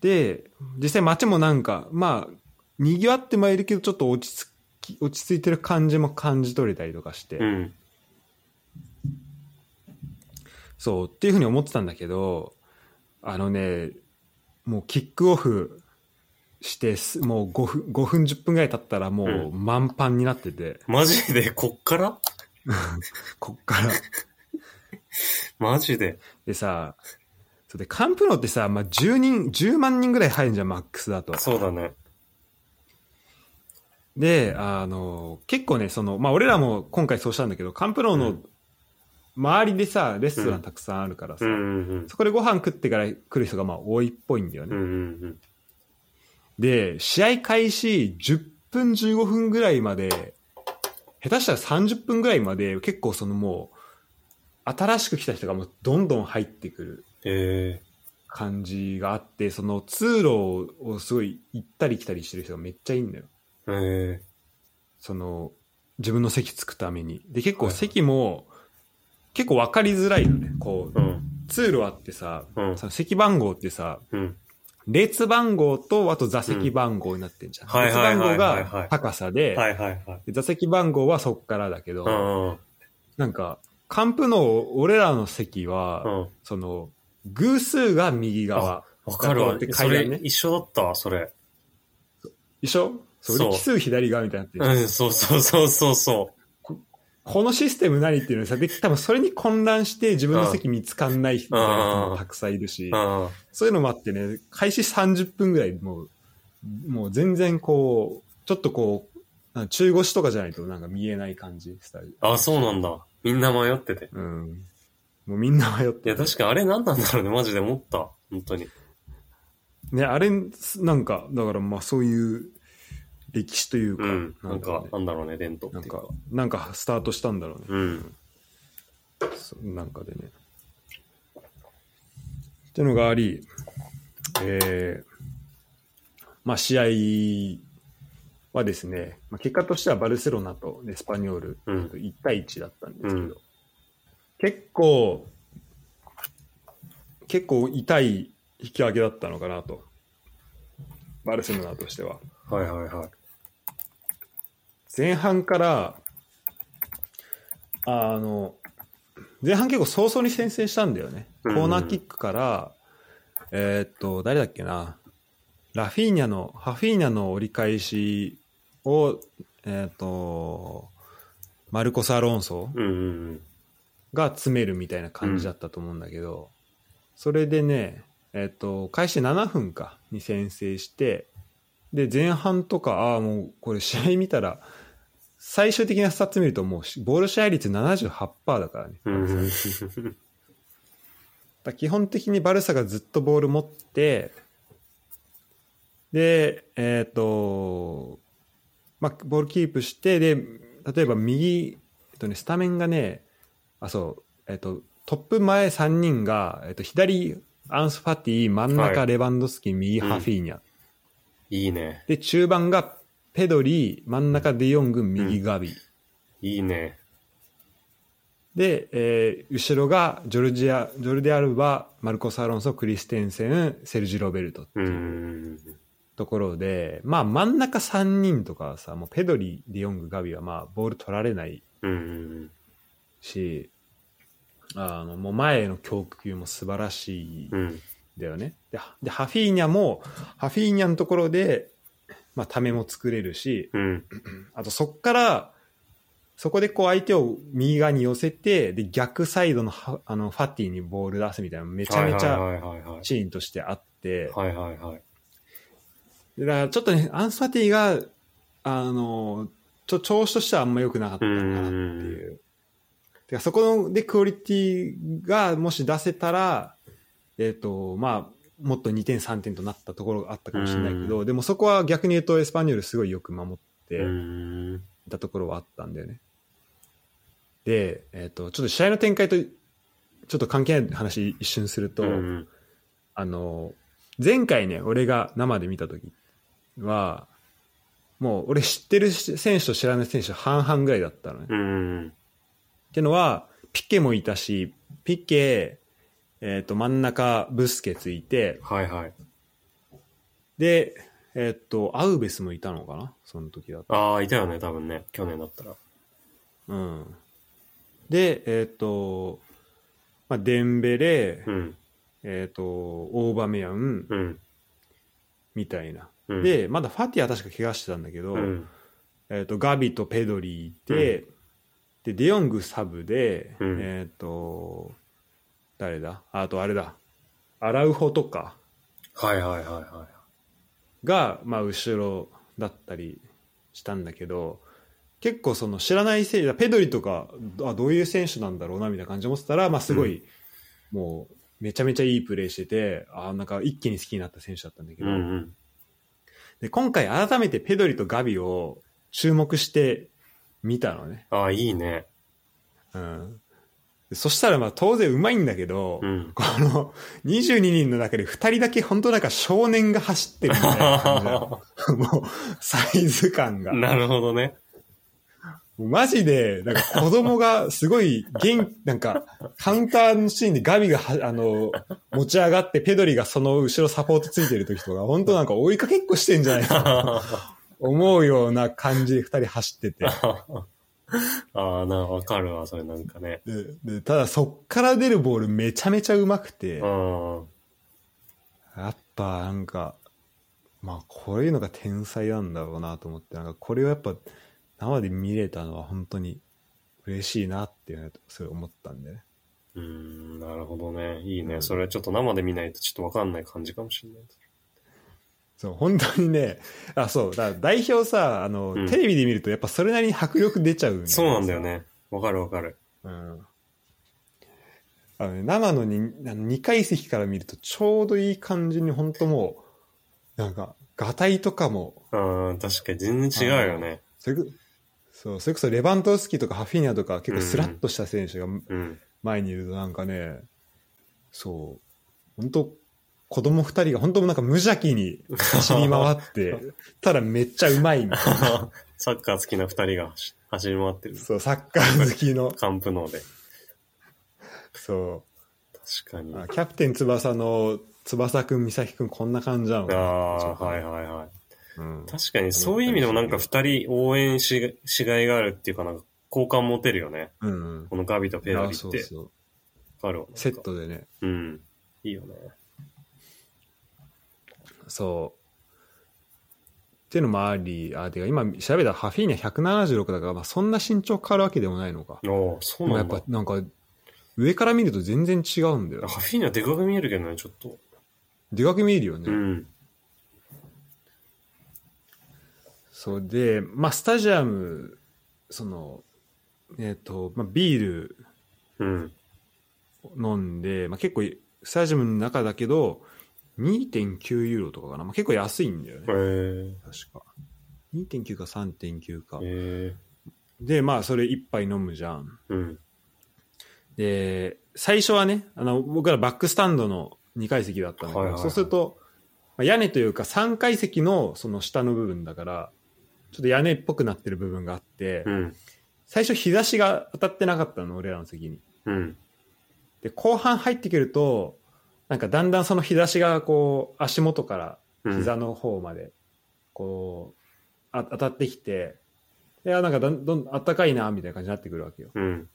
S1: で実際街もなんかまあにぎわってはいるけどちょっと落ち着き落ち着いてる感じも感じ取れたりとかして。
S2: うん。
S1: そうっていうふうに思ってたんだけどあのねもうキックオフしてすもう5分 ,5 分10分ぐらい経ったらもうう満帆になってて、
S2: マジで、こっから
S1: こっから
S2: マジで。
S1: でさそうでカンプノってさ、まあ、10, 人10万人ぐらい入るじゃんマックスだと
S2: そうだね。
S1: であの結構ねその、まあ、俺らも今回そうしたんだけどカンプノ
S2: う
S1: の
S2: ん
S1: 周りでさレストランたくさんあるからさ、
S2: うんうん
S1: そこでご飯食ってから来る人がまあ多いっぽいんだよね、
S2: うん。うんうん
S1: で、試合開始10分15分ぐらいまで、下手したら30分ぐらいまで、結構そのもう、新しく来た人がもうどんどん入ってくる
S2: え
S1: 感じがあって、その通路をすごい行ったり来たりしてる人がめっちゃいいんだよ。
S2: ええ
S1: その、自分の席つくために。で、結構
S2: はいはい
S1: 席も、結構分かりづらいのね。こ
S2: えうん、
S1: う、通路あってさ、
S2: うん、
S1: その席番号ってさ、
S2: うん。
S1: 列番号と、あと座席番号になってんじゃん。
S2: うんはい
S1: 列
S2: はい
S1: 番
S2: は
S1: 号
S2: いはい
S1: が高さで、
S2: はいはいはい。
S1: で座席番号はそっからだけど、
S2: うん、うん、
S1: なんか、カンプの俺らの席は、
S2: うん。
S1: その、偶数が右側。
S2: わかるわ
S1: だって。
S2: そ
S1: 階
S2: れ
S1: 段ね
S2: 一緒だったわ、それ。
S1: 一緒それ
S2: そう
S1: 奇数左側みたいになってる
S2: うん、そうそうそうそうそ
S1: このシステム何っていうのさ、で、多分それに混乱して自分の席見つかんない人もたくさんいるし
S2: う。う、ん。
S1: そういうのもあってね、開始30分ぐらいもう、もう全然こう、ちょっとこう、なんか中腰とかじゃないとなんか見えない感じ、スタイル。
S2: あ、そうなんだ。みんな迷ってて。
S1: うん。もうみんな迷っ
S2: い
S1: て
S2: や、確かにあれ何なんだろうね、マジで思った。本当に。
S1: ね、あれ、なんか、だからまあそういう歴史というか、
S2: うん。なん
S1: だろ
S2: か
S1: うね、
S2: なんだろうね、伝統
S1: な
S2: っ
S1: ん
S2: ていうか
S1: か。、なんかスタートしたんだろうね。
S2: うん。
S1: そなんかでね。っていうのがあり、えーまあ試合はですね、まあ、結果としてはバルセロナとエスパニョール
S2: うん。
S1: 1対1だったんですけど、
S2: うん
S1: 結構、結構痛い引き分けだったのかなと。バルセロナとしては。
S2: はいはいはい。
S1: 前半から、あの、前半結構早々に先制したんだよね。コ
S2: うん
S1: ーナーキックから、えーっと、誰だっけな、ラフィーニャの、ハフィーニャの折り返しを、えーっと、マルコス・アロンソ
S2: うんうん
S1: が詰めるみたいな感じだったと思うんだけど、それでね、えっと、開始7分かに先制して、で、前半とか、ああ、もうこれ試合見たら、最終的なスタッツ見るともうし、ボール支配率78%だからね。
S2: うん。うん うん。
S1: だから基本的にバルサがずっとボール持って、で、えっ、と、まあ、ボールキープして、で、例えば右、えっとね、スタメンがね、あ、そう、えっ、と、トップ前3人が、えっと、左、アンス・ファティ、真ん中、
S2: はい
S1: レバンドフスキ、右、
S2: うん
S1: ハフィーニャ。
S2: いいね。
S1: で、中盤が、ペドリ、真ん中、デヨング、右、ガビ。
S2: いいね。
S1: で、えー後ろがジョルジア、ジョルディアルバ、マルコス・アロンソ、クリステンセン、セルジ・ロベルトって
S2: うんう
S1: いうんところで、まあ真ん中3人とかはさ、もうペドリ、ディヨング、ガビはまあボール取られない
S2: うん。うんうん
S1: し、あの、もう前への供給も素晴らしい
S2: うん。うん。
S1: だよね。で、でハフィーニャも、ハフィーニャのところで、まあためも作れるし、
S2: うん。
S1: あとそっから、そこでこう相手を右側に寄せて、で逆サイドのはあのファティにボール出すみたいな、めちゃめちゃ
S2: はいはいはいはい
S1: シーンとしてあって、
S2: はい。はいはいはい。
S1: でだからちょっとね、アンスファティが、あの、ちょ調子としてはあんま良くなかったかなっていう。てかそこでクオリティがもし出せたら、えっ、と、まあ、もっと2点3点となったところがあったかもしれないけど、でもそこは逆に言うとエスパニョルすごいよく守って、
S2: うん。
S1: いたところはあったんだよね。で、えっ、と、ちょっと試合の展開と、ちょっと関係ない話一瞬すると、
S2: うん
S1: あの、前回ね、俺が生で見た時は、もう俺知ってる選手と知らない選手半々ぐらいだったのね。
S2: うん。うん
S1: ってのは、ピッケもいたし、ピッケ、えっ、と、真ん中、ブスケついて、
S2: はいはい。
S1: で、えっ、と、アウベスもいたのかなその時だと
S2: ああ、いたよね、多分ね。去年だったら。
S1: うん、で、えっ、と、まあ、デンベレ、
S2: うん。
S1: えっ、と、オーバメヤン
S2: うん。
S1: みたいな。
S2: うん、
S1: で、まだファティは確か怪我してたんだけど、
S2: うん。
S1: えっ、と、ガビとペドリいて、で、デヨングサブで、
S2: うん
S1: えっ、と、誰だああとあれだ。アラウホとか
S2: はいはいはいは
S1: が、まあ、後ろだったりしたんだけど、結構その知らない選手、ペドリとか、あどういう選手なんだろうなみたいな感じで思ってたら、まあ、すごい、もう、めちゃめちゃいいプレーしてて、あなんか一気に好きになった選手だったんだ
S2: い。
S1: け
S2: う
S1: ど、
S2: んうん。
S1: で今回改めてペドリとガビを注目して見たのね。
S2: ああ、いいね。
S1: うん。でそしたらまあ当然うまいんだけど、
S2: うん。
S1: この22人の中で2人だけ本当なんか少年が走ってるみたいな感じなのもうサイズ感が。も
S2: なるほどね。
S1: うマジで、なんか子供がすごい元気、なんかカウンターのシーンでガビがはあの持ち上がってペドリがその後ろサポートついてる時とか、本当なんか追いかけっこしてんじゃないかな
S2: あ
S1: 思うような感じで2人走ってて。
S2: あ、な、わかるわ、それなんかね。
S1: ででただそっから出るボールめちゃめちゃうまくて。
S2: うん。
S1: やっぱなんか、まあこういうのが天才なんだろうなと思って、なんかこれをやっぱ生で見れたのは本当に嬉しいなっていうのはそれ思ったんでね。
S2: うん、なるほどね。いいうね。
S1: ん
S2: それはちょっと生で見ないとちょっとわかんない感じかもしれない。
S1: そう、本当にね、あ、そう、だから代表さ、あの、
S2: うん
S1: テレビで見るとやっぱそれなりに迫力出ちゃうん
S2: そうなんだよ。ね。わかるわかる。
S1: うん。あのね、生のにあの2階席から見るとちょうどいい感じに本当もう、なんか、ガタイとかも、
S2: うん、確かに全然違うよね。
S1: それこそうそれこそレバントフスキーとかハフィーニャとか結構スラッとした選手が
S2: うん。
S1: 前にいるとなんかね、そう本当子供二人が本当なんか無邪気に走り回って ただめっちゃうまいみたいな
S2: サッカー好きな二人が走走り回ってる。
S1: そうサッカー好きの
S2: カンプノーで。
S1: そ
S2: 確かに。
S1: う
S2: あ
S1: あキャプテン翼の翼くん美咲くんこんな感じなのかな
S2: あー、はいはいはい。
S1: うん、
S2: 確かにそういう意味でもなんか二人応援ししがいがあるっていうかなんか好感持てるよね。
S1: うんうん
S2: このガビとペ
S1: あ
S2: ドリ
S1: ー
S2: っ
S1: そう
S2: て。
S1: そう
S2: わかるわ。
S1: セッ。トでね
S2: うん。いいよね。
S1: そう。っていうのもあり、あ、てか今調べたらハフィーニャ176だから、まあ、そんな身長変わるわけでもないのか。
S2: おおそ
S1: で
S2: う
S1: もや
S2: な
S1: っ
S2: んだ
S1: ぱ。なんか、上から見ると全然違うんだよ。
S2: ハフィーニャでかく見えるけどね、ちょっと。
S1: でかく見えるよね。
S2: うん。
S1: そうで、まあスタジアム、その、えっ、と、まあビール
S2: うん。
S1: 飲んで、まあ結構、スタジアムの中だけど、2.9ユーロとかかな。まあ結構安いんだよ
S2: え
S1: ね。
S2: ー、
S1: 確か。2.9か3.9か
S2: え。ー、
S1: で、まあそれ一杯飲むじゃん。
S2: うん。
S1: で、最初はね、あの、僕らバックスタンドの2階席だったんだけど、
S2: はいはいはい
S1: そうすると、まあ屋根というか3階席のその下の部分だから、ちょっと屋根っぽくなってる部分があって、
S2: うん。
S1: 最初日差しが当たってなかったの、俺らの席に。
S2: うん。
S1: で、後半入ってくると、なんかだんだんその日差しがこう、足元から
S2: うん。
S1: 膝の方まで、こう、あ当たってきて、いや、なんかだんどんあったかいな、みたいな感じになってくるわけよ。
S2: うん。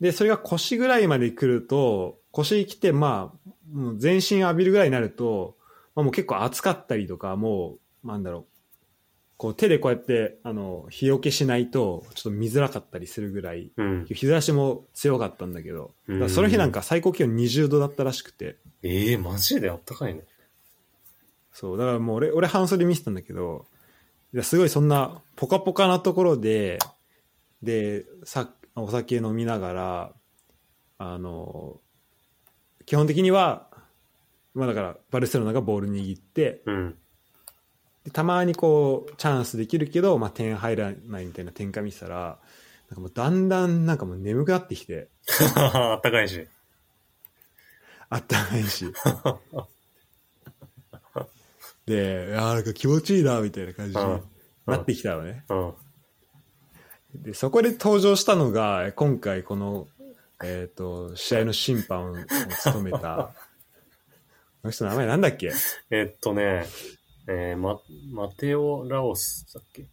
S1: で、それが腰ぐらいまで来ると、腰に来て、まあ、もう全身浴びるぐらいになると、まあもう結構暑かったりとか、もう、なんだろう、こう手でこうやって、あの、日よけしないと、ちょっと見づらかったりするぐらい、
S2: うん。
S1: 日差しも強かったんだけど、
S2: う
S1: だ
S2: ん
S1: からその日なんか最高気温20度だったらしくて、
S2: ええー、マジであったかいね。
S1: そう、だからもう俺、俺半袖見てたんだけど、いやすごいそんなポカポカなところで、で、さお酒飲みながら、あの、基本的には、まあだから、バルセロナがボール握って、
S2: うん。
S1: でたまにこう、チャンスできるけど、まあ点入らないみたいな展開見てたら、なんかもうだんだんなんかもう眠くなってきて、
S2: あったかいし。
S1: あったかいし。で、いやーなんか気持ちいいな、みたいな感じになってきたのね。
S2: うん。
S1: で、そこで登場したのが、今回この、えっ、と、試合の審判を務めた、この人の名前なんだっけ
S2: えっとね、えー、ま、マテオ・ラオスだっけ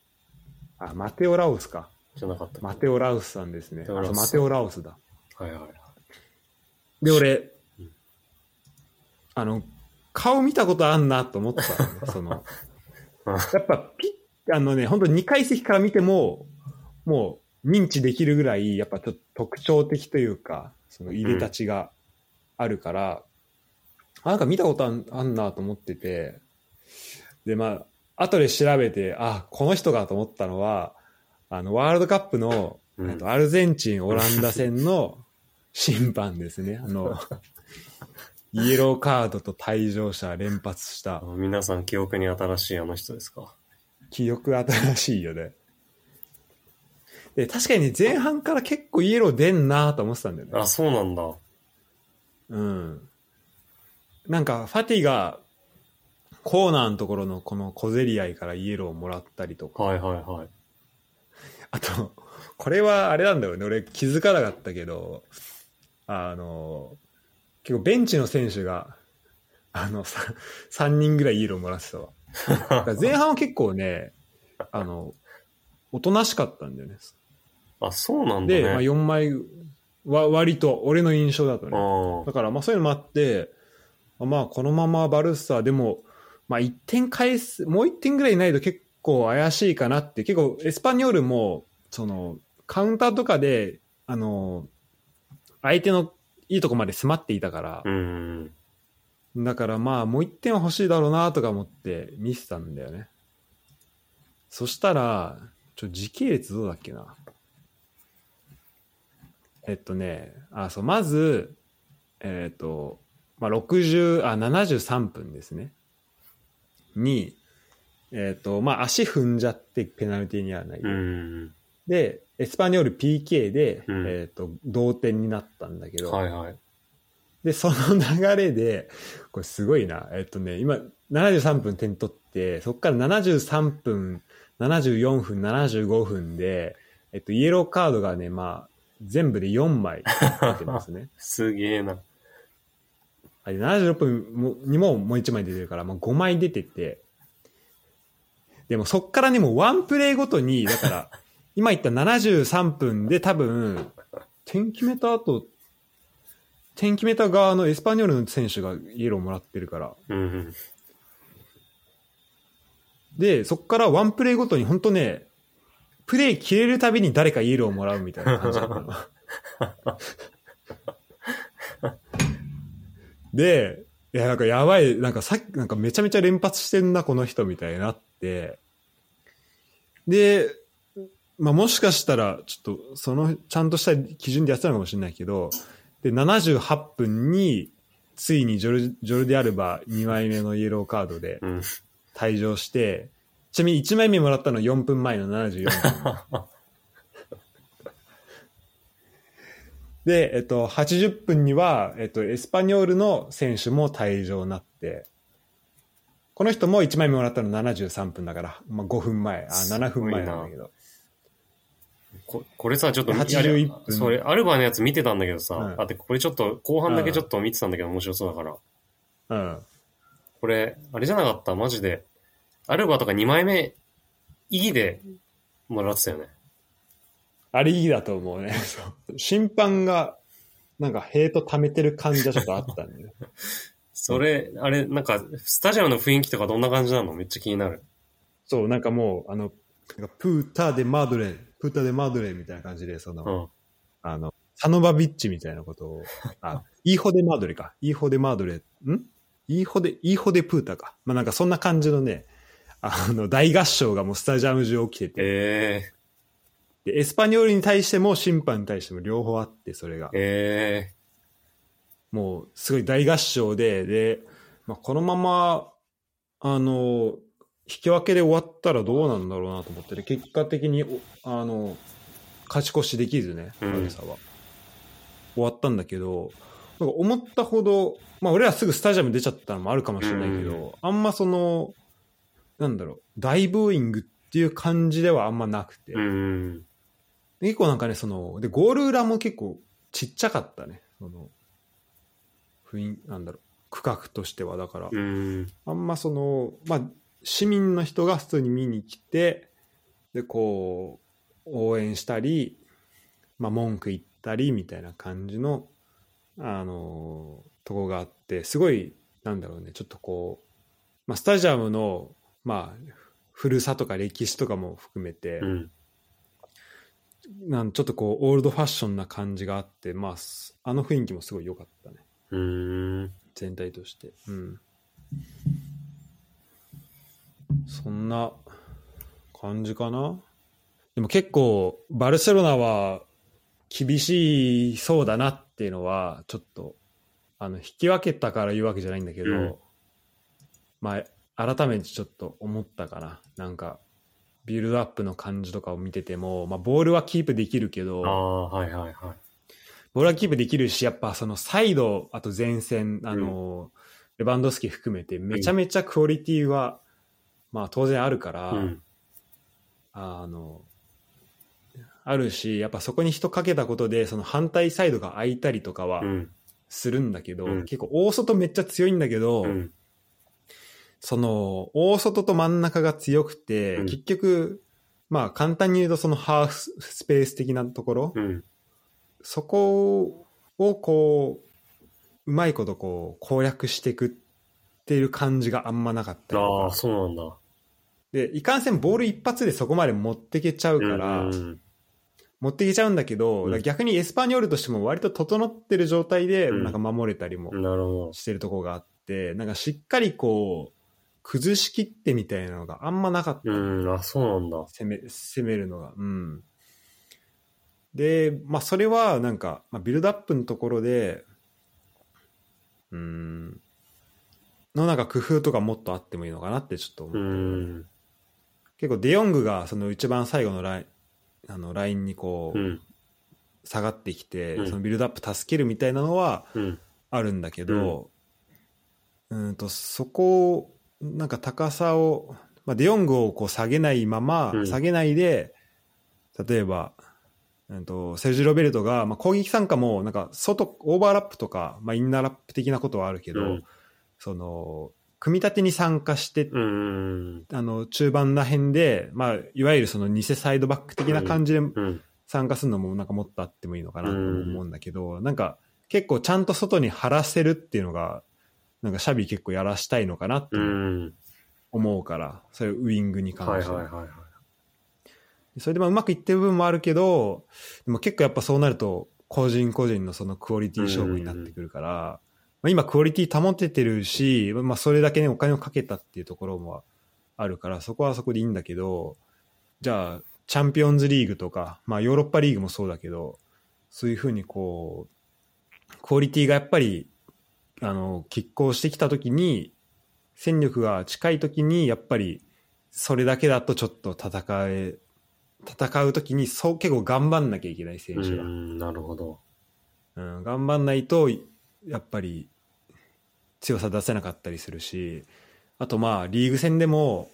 S1: あ、マテオ・ラオスか。
S2: じゃなかったっけ
S1: マテオ・ラオスさんですね。あ
S2: マテオラ
S1: そう
S2: オス
S1: マテオ・ラオスだ。
S2: はいはいはい。
S1: で、俺
S2: うん、
S1: あの、顔見たことあんなと思った のね、その、
S2: うん
S1: やっぱピッ、あのね、本当2階席から見ても、もう認知できるぐらい、やっぱちょっと特徴的というか、その入れたちがあるから、あなんか見たことあんあんなと思ってて、で、まあ、後で調べて、あ、この人かと思ったのは、あの、ワールドカップの、
S2: うん
S1: えっとアルゼンチン、オランダ戦の審判ですね。あの、イエローカードと退場者連発した
S2: あ。の皆さん記憶に新しいあの人ですか。
S1: 記憶新しいよね。で、確かにね、前半から結構イエロー出んなと思ってたんだよね。
S2: あ、そうなんだ。
S1: うん。なんか、ファティが、コーナーのところのこの小競り合いからイエローをもらったりとか、
S2: はいはいはい。
S1: あと、これはあれなんだよね、俺気づかなかったけど、あの、結構ベンチの選手が、あの、さ3人ぐらいイエローもらってたわ。だから前半は結構ね、あの、おとなしかったんだよね。
S2: あ、そうなんだね。
S1: で、まあ、4枚は割と俺の印象だとね。
S2: あ
S1: だからまあそういうのもあって、まあこのままバルサでも、まあ1点返す、もう1点ぐらいないと結構怪しいかなって、結構エスパニョールも、その、カウンターとかで、あの、相手のいいとこまで迫っていたから
S2: あ。う、ん。
S1: だからまあもう1点は欲しいだろうなとか思って見てたんだよね。そしたら、ちょ、時系列どうだっけな。えっとね、あ、そう、まず、えっ、と、まあ、60、あ、73分ですね。に、えっ、と、まあ、足踏んじゃってペナルティーにはない。
S2: うん。
S1: で、エスパニョール PK で、
S2: うん
S1: えっ、と、同点になったんだけど、
S2: はいはい。
S1: で、その流れで、これすごいな。えっとね、今、73分点取って、そこから73分、74分、75分で、えっと、イエローカードがね、まあ、全部で4枚出てますね。
S2: すげえな。
S1: あれ76分もにももう1枚出てるから、まあ、5枚出てて、でもそっからね、もうワンプレーごとに、だから、今言った73分で多分、点決めた後、点決めた側のエスパニョールの選手がイエローもらってるから、
S2: うん。
S1: で、そっからワンプレーごとに本当ね、プレー切れるたびに誰かイエローをもらうみたいな感じだったの。で、いや、なんかやばい、なんかさっき、なんかめちゃめちゃ連発してんな、この人みたいになって。で、まあ、もしかしたら、ちょっと、その、ちゃんとした基準でやってたのかもしれないけど、で、78分に、ついにジョルジョルディアルバ2枚目のイエローカードで、
S2: うん。
S1: 退場して、ちなみに1枚目もらったの4分前の74分。 で、えっと、80分には、えっと、エスパニョールの選手も退場になって、この人も1枚目もらったの73分だから、まあ、5分前、あ
S2: すごいな
S1: 7分前なんだけど。
S2: ここれさ、ちょっと、
S1: 81
S2: あれそれ、アルバのやつ見てたんだけどさ、
S1: うん
S2: あ、で、これちょっと、後半だけちょっと見てたんだけど、面白そうだか
S1: う
S2: ら。
S1: ん。
S2: これ、あれじゃなかったマジで。アルバとか2枚目、意義でもらってたよね。
S1: あれいいだと思うね。そう審判が、なんか、ヘイト溜めてる感じはちょっとあったんで、ね。
S2: それ、あれ、なんか、スタジアムの雰囲気とかどんな感じなのめっちゃ気になる。
S1: そう、なんかもう、あの、なんかプーターでマドレー、プーターでマドレーみたいな感じで、その、
S2: うん。
S1: あの、サノバビッチみたいなことを、 あ、イーホデマードレか。イーホデマードレ、んイーホデ、イーホデプータか。まあ、なんかそんな感じのね、あの、大合唱がもうスタジアム中起きてて、
S2: ええ
S1: で、エスパニョールに対しても審判に対しても両方あって、それが。
S2: え
S1: もう、すごい大合唱で、で、まあ、このまま、あの、引き分けで終わったらどうなんだろうなと思ってて、結果的に、おあの、勝ち越しできずね、
S2: うん
S1: バルサは。終わったんだけど、なんか思ったほど、まあ、俺らすぐスタジアム出ちゃったのもあるかもしれないけど、
S2: う
S1: あんまその、なんだろう、大ブーイングっていう感じではあんまなくて、
S2: えうん。
S1: 結構なんかね、その、で、ゴール裏も結構ちっちゃかったね。その、雰囲なんだろう、区画としては、だから、
S2: うん。
S1: あんまその、まあ、市民の人が普通に見に来て、で、こう、応援したり、まあ、文句言ったりみたいな感じの、あのとこがあって、すごい、なんだろうね、ちょっとこう、まあ、スタジアムの、まあ、古さとか歴史とかも含めて、
S2: うん。
S1: なんちょっとこうオールドファッションな感じがあって、まあ、すあの雰囲気もすごい良かったね
S2: うん。
S1: 全体としてうんそんな感じかなでも結構バルセロナは厳しそうだなっていうのはちょっとあの引き分けたから言うわけじゃないんだけど、
S2: うん
S1: まあ改めてちょっと思ったかななんかビルドアップの感じとかを見てても、まあ、ボールはキープできるけど、
S2: ああ、はいはいはい。
S1: ボールはキープできるし、やっぱそのサイド、あと前線、あの、レバンドフスキ含めて、めちゃめちゃクオリティは、まあ当然あるから、
S2: うん。
S1: あの、あるし、やっぱそこに人かけたことで、その反対サイドが空いたりとかは
S2: うん。
S1: するんだけど、
S2: うん
S1: 結構大外めっちゃ強いんだけど、
S2: うん。
S1: その、大外と真ん中が強くて、
S2: うん
S1: 結局、まあ簡単に言うとそのハーフスペース的なところ、
S2: うん。
S1: そこをこう、うまいことこう攻略していくっていう感じがあんまなかったり
S2: あ
S1: と
S2: あ、
S1: か。
S2: そうなんだ。
S1: で、いかんせんボール一発でそこまで持ってけちゃうから、
S2: うんうん
S1: 持っていけちゃうんだけど、
S2: うん
S1: 逆にエスパーニョールとしても割と整ってる状態で、
S2: うん
S1: なんか守れたりも
S2: うんなるほ
S1: してるとこがあって、なんかしっかりこう、崩しきってみたいなのがあんまなかった。
S2: ど。うん、あ、そうなんだ。
S1: 攻め、攻めるのが。うん。で、まあそれはなんか、まあ、ビルドアップのところで、うん、のなんか工夫とかもっとあってもいいのかなってちょっと思っ
S2: う
S1: た
S2: ん。
S1: 結構デヨングがその一番最後のライン、あのラインにこう、
S2: うん。
S1: 下がってきて、
S2: うん
S1: そのビルドアップ助けるみたいなのは
S2: うん。
S1: あるんだけど、うん、とそこをなんか高さを、まあ、デヨングをこう下げないまま、
S2: うん
S1: 下げないで例えば、うん、とセルジ・ロベルトが、まあ、攻撃参加もなんか外オーバーラップとか、まあ、インナーラップ的なことはあるけど、
S2: うん
S1: その組み立てに参加して、
S2: うん。
S1: あの中盤ら辺で、まあ、いわゆるその偽サイドバック的な感じで
S2: うん。
S1: 参加するのもなんかもっとあってもいいのかなと思うんだけど、なんか結構ちゃんと外に張らせるっていうのがなんかシャビ結構やらしたいのかなって
S2: うん。
S1: 思うから、それウイングに
S2: はいは
S1: 関
S2: い
S1: しては、
S2: はいはい。
S1: それでまあうまくいってる部分もあるけどでも結構やっぱそうなると個人個人のそのクオリティ勝負になってくるから、まあ、今クオリティ保ててるし、まあ、それだけねお金をかけたっていうところもあるからそこはそこでいいんだけどじゃあチャンピオンズリーグとか、まあ、ヨーロッパリーグもそうだけどそういうふうにこうクオリティがやっぱりあの拮抗してきた時に戦力が近い時にやっぱりそれだけだとちょっと戦え戦う時にそう結構頑張んなきゃいけない選
S2: う
S1: 手が、
S2: ん、なるほど。
S1: うん、頑張んないとやっぱり強さ出せなかったりするしあとまあリーグ戦でも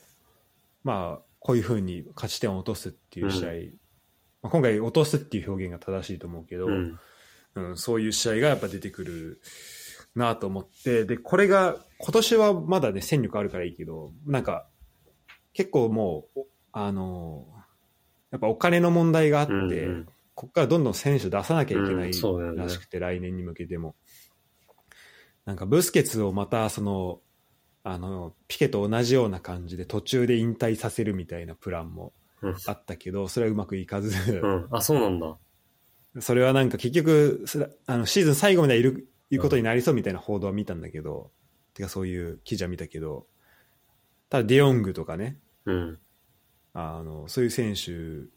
S1: まあこういうふうに勝ち点を落とすっていう試合、まあ、今回落とすっていう表現が正しいと思うけど、
S2: うん。
S1: うん、そういう試合がやっぱ出てくるなと思って、で、これが、今年はまだね、戦力あるからいいけど、なんか、結構もう、おあのーやっぱお金の問題があって、
S2: うんうん
S1: ここからどんどん選手出さなきゃいけな
S2: う
S1: い
S2: んそうだよね
S1: らしくて、来年に向けても。なんか、ブスケツをまた、その、あの、ピケと同じような感じで途中で引退させるみたいなプランも
S2: うん
S1: あったけど、それはうまくいかず、
S2: うん。あ、そうなんだ。
S1: それはなんか結局すらあのシーズン最後までいるいうことになりそうみたいな報道は見たんだけど、てかそういう記事は見たけどただデヨングとかね
S2: うん。
S1: あのそういう選手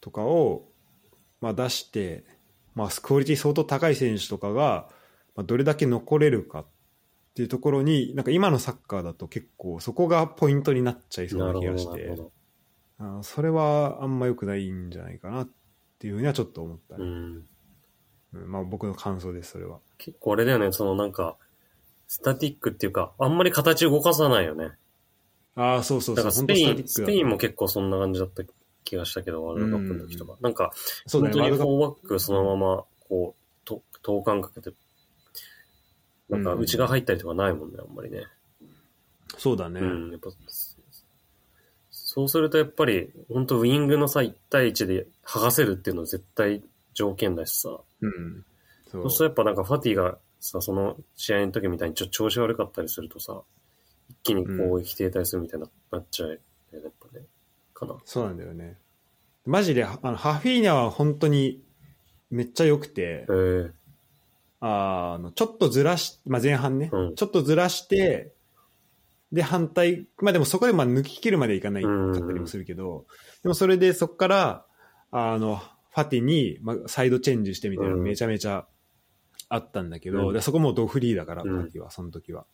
S1: とかを、まあ、出して、まあ、クオリティ相当高い選手とかが、まあ、どれだけ残れるかっていうところになんか今のサッカーだと結構そこがポイントになっちゃいそう
S2: な
S1: な
S2: る
S1: 気がし
S2: ほど、な
S1: て
S2: る。ほ
S1: あのそれはあんま良くないんじゃないかなっていうふうにはちょっと思ったね
S2: ど。うん。
S1: うんまあ僕の感想です、それは。
S2: 結構あれだよね、そのなんか、スタティックっていうか、あんまり形動かさないよね。
S1: ああ、そうそう
S2: だ
S1: そ
S2: か
S1: う。
S2: らスペイ
S1: 本当
S2: ン、スペインも結構そんな感じだった気がしたけど、ワールドカップの時とか。なんか、
S1: 構、そうだね、ワー
S2: 本当に
S1: ルドカッ
S2: フォーバックそのまま、こう、と等間かけて、なんか
S1: うん
S2: 内が入ったりとかないもんね、あんまりね。
S1: プそうだね。
S2: うん、やっぱ、そうするとやっぱり、本当ウィングのさ、1対1で剥がせるっていうのは絶対条件だしさ。
S1: うん。そ
S2: そううするとやっぱなんかファティがさ、その試合の時みたいにちょ調子悪かったりするとさ、一気に攻撃停滞するみたいになっちゃうよね、やっぱね。かな。
S1: そうなんだよね。マジで、あのハフィーニャは本当にめっちゃ良くて、
S2: えー、
S1: あのちょっとずらし、まあ、前半ね、
S2: うん
S1: ちょっとずらして、で、反対、まあでもそこでまあ抜き切るまでいかないかったりもするけど、でもそれでそこから、あの、ファティに、まあ、サイドチェンジしてみたいなの
S2: うん
S1: めちゃめちゃあったんだけど、
S2: うん
S1: でそこもドフリーだから、
S2: うん
S1: ファティは、その時は。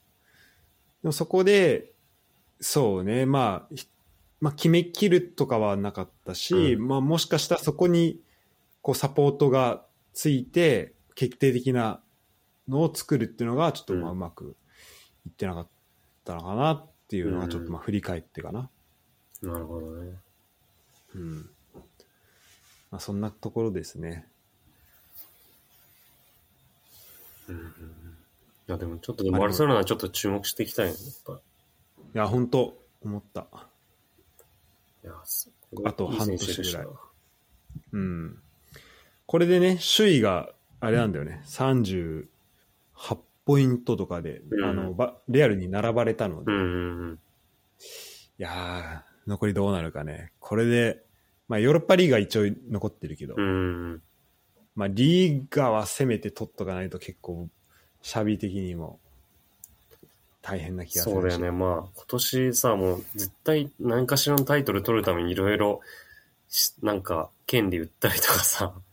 S1: でもそこで、そうね、まあ、ひまあ、決めきるとかはなかったし、
S2: う
S1: まあ、もしかしたらそこにこうサポートがついて決定的なのを作るっていうのがちょっとまあ
S2: う
S1: うんまくいってなかったのかなっていうのがちょっとまあ振り返ってかな、
S2: なるほどね。
S1: うんまあ、そんなところですね
S2: うんうんうん。いや、でもちょっと、でもバルセロナはちょっと注目していきたいね。やっぱ
S1: いや本当思った
S2: いやす
S1: あと半年ぐらい
S2: いい選手でしたわ
S1: うんこれでね首位があれなんだよね38ポイントとかで、
S2: うん
S1: あのばレアルに並ばれたので
S2: う、んうんうん。
S1: いやー、残りどうなるかね。これで、まあヨーロッパリーガ一応残ってるけど、
S2: うんうんうん。
S1: まあリーガはせめて取っとかないと結構、シャビ的にも大変な気がするし
S2: そうだよね。。まあ、今年さ、もう絶対何かしらのタイトル取るためにいろいろ、しなんか、権利売ったりとか さ、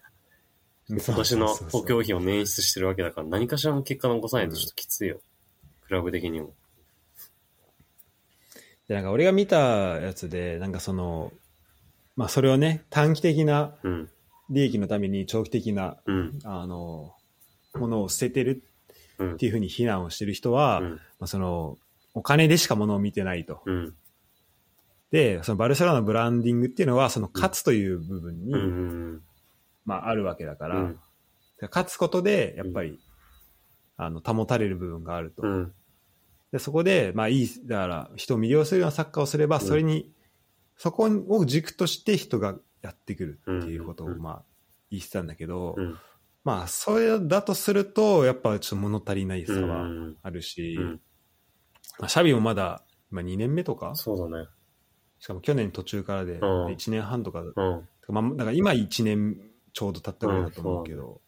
S1: 今
S2: 今年の補強費を捻出してるわけだから、何かしらの結果残さないとちょっときついよ。クラブ的にも。
S1: で、なんか俺が見たやつで、なんかその、まあそれをね、短期的な
S2: うん。
S1: 利益のために長期的な、
S2: うん。
S1: あの、ものを捨ててる
S2: うん
S1: っ。ていうふうに非難をしてる人は、
S2: う
S1: ま
S2: ん。
S1: あその、お金でしかものを見てないと。
S2: うん。
S1: で、そのバルセロナのブランディングっていうのは、その勝つという部分に、
S2: うんうん。
S1: まああるわけだか
S2: う
S1: ら、
S2: ん。
S1: 勝つことで、やっぱり、あの、保たれる部分があると。
S2: うん。
S1: で、そこで、まあいい、だから、人を魅了するようなサッカーをすれば、
S2: うん
S1: それに、そこを軸として人がやってくるっていうことを、
S2: うん
S1: まあ、言ってたんだけど、
S2: うん。
S1: まあ、それだとすると、やっぱちょっと物足りない差
S2: う
S1: は
S2: ん。
S1: あるし、
S2: うん。
S1: まあ、シャビもまだ、今2年目とか、
S2: そうだね。
S1: しかも去年途中からで、
S2: うん
S1: 1年半とか
S2: うん。
S1: まあ、だから今1年ちょうど経ったぐらいだと思うけど、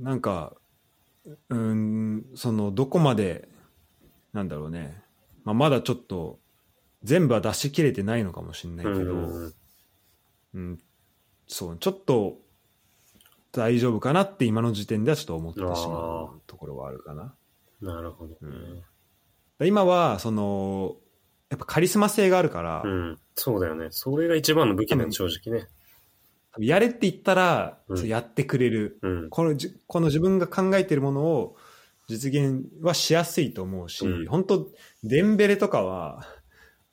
S1: なんかうーんそのどこまでなんだろうね、まあ、まだちょっと全部は出し切れてないのかもしれないけ
S2: うん
S1: ど、
S2: う
S1: うん
S2: ん
S1: そうちょっと大丈夫かなって今の時点ではちょっと思ってしま
S2: あ
S1: うところはあるかな。だか
S2: なるほどね。
S1: ら今はそのやっぱカリスマ性があるから、
S2: うん。そうだよね。それが一番の武器だよ、正直ね。
S1: やれって言ったら、
S2: うん
S1: そうやってくれる
S2: うん。
S1: このじこの自分が考えているものを実現はしやすいと思うし、
S2: うん
S1: 本当デンベレとかは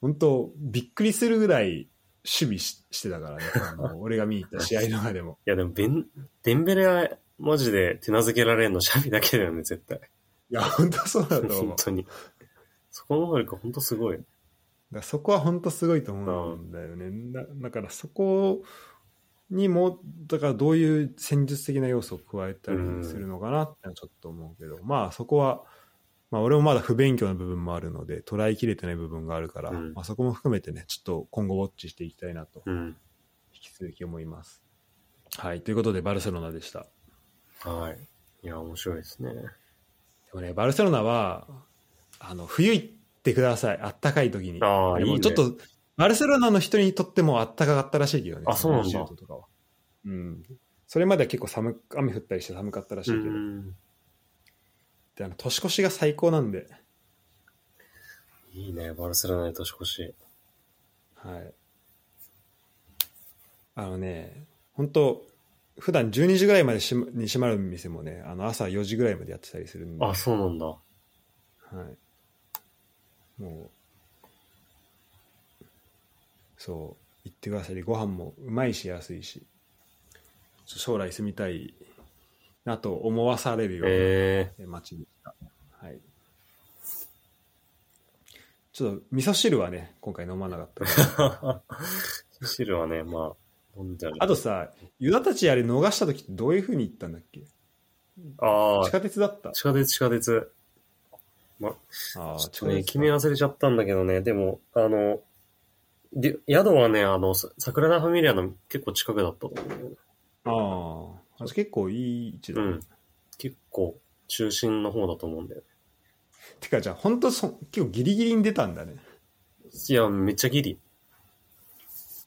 S1: 本当びっくりするぐらい守備ししてたからねあの俺が見に行った試合の中でも
S2: いや、でもベン、デンベレは、マジで手なずけられんのシャビだけだよね、絶対。
S1: いや本当そうだと思う
S2: 本
S1: だか
S2: 当に。そこの能力本当すごい。
S1: らそこは本当すごいと思うんだよね、だだからそこにもだからどういう戦術的な要素を加えたりするのかなってのはちょっと思うけど、まあそこはまあ、俺もまだ不勉強な部分もあるので捉えきれてない部分があるから、
S2: うん
S1: まあ、そこも含めてねちょっと今後ウォッチしていきたいなと
S2: うん。
S1: 引き続き思います。はいということでバルセロナでした。
S2: はい。いや、面白いですね。
S1: でもねバルセロナはあの冬行ってくださいあったかい時に。
S2: ああ、
S1: で
S2: いい、
S1: も
S2: ね。
S1: ちょっとバルセロナの人にとってもあったかかったらしいけどね。
S2: あそうなんだ
S1: 20度とかはうん。それまでは結構寒く雨降ったりして寒かったらしいうけど、
S2: ん。
S1: であの年越しが最高なんで、
S2: いいね、バルセロナで年越し。
S1: はい。あのね、本当普段12時ぐらいまでしまに閉まる店もね、あの朝4時ぐらいまでやってたりするんで、
S2: あ、そうなんだ。
S1: はい。もう、そう、行ってください。ご飯もうまいし安いし、ちょ将来住みたいなと思わされるような
S2: え
S1: えー町でした。はい。ちょっと味噌汁はね、今回飲まなか ったけど
S2: えー。汁はね、まあ、飲んである。
S1: あとさ、ユダたちあれ逃した時ってどういう風に行ったんだっけ
S2: あ
S1: 地下鉄だった
S2: あ、地下鉄、地下鉄。
S1: ああ、
S2: ちょっ
S1: 地
S2: と
S1: 下
S2: ね、
S1: 鉄
S2: 決め
S1: だ。
S2: 忘れちゃったんだけどね、でも、あの、で宿はね、あの、さ桜田ファミリアの結構近くだったと思うんだよね。
S1: ああ、あ結構いい位置だ。
S2: うん。結構、中心の方だと思うんだよね。
S1: てかじゃあ、ほんとそ、結構ギリギリに出たんだね。
S2: いや、めっちゃギリ。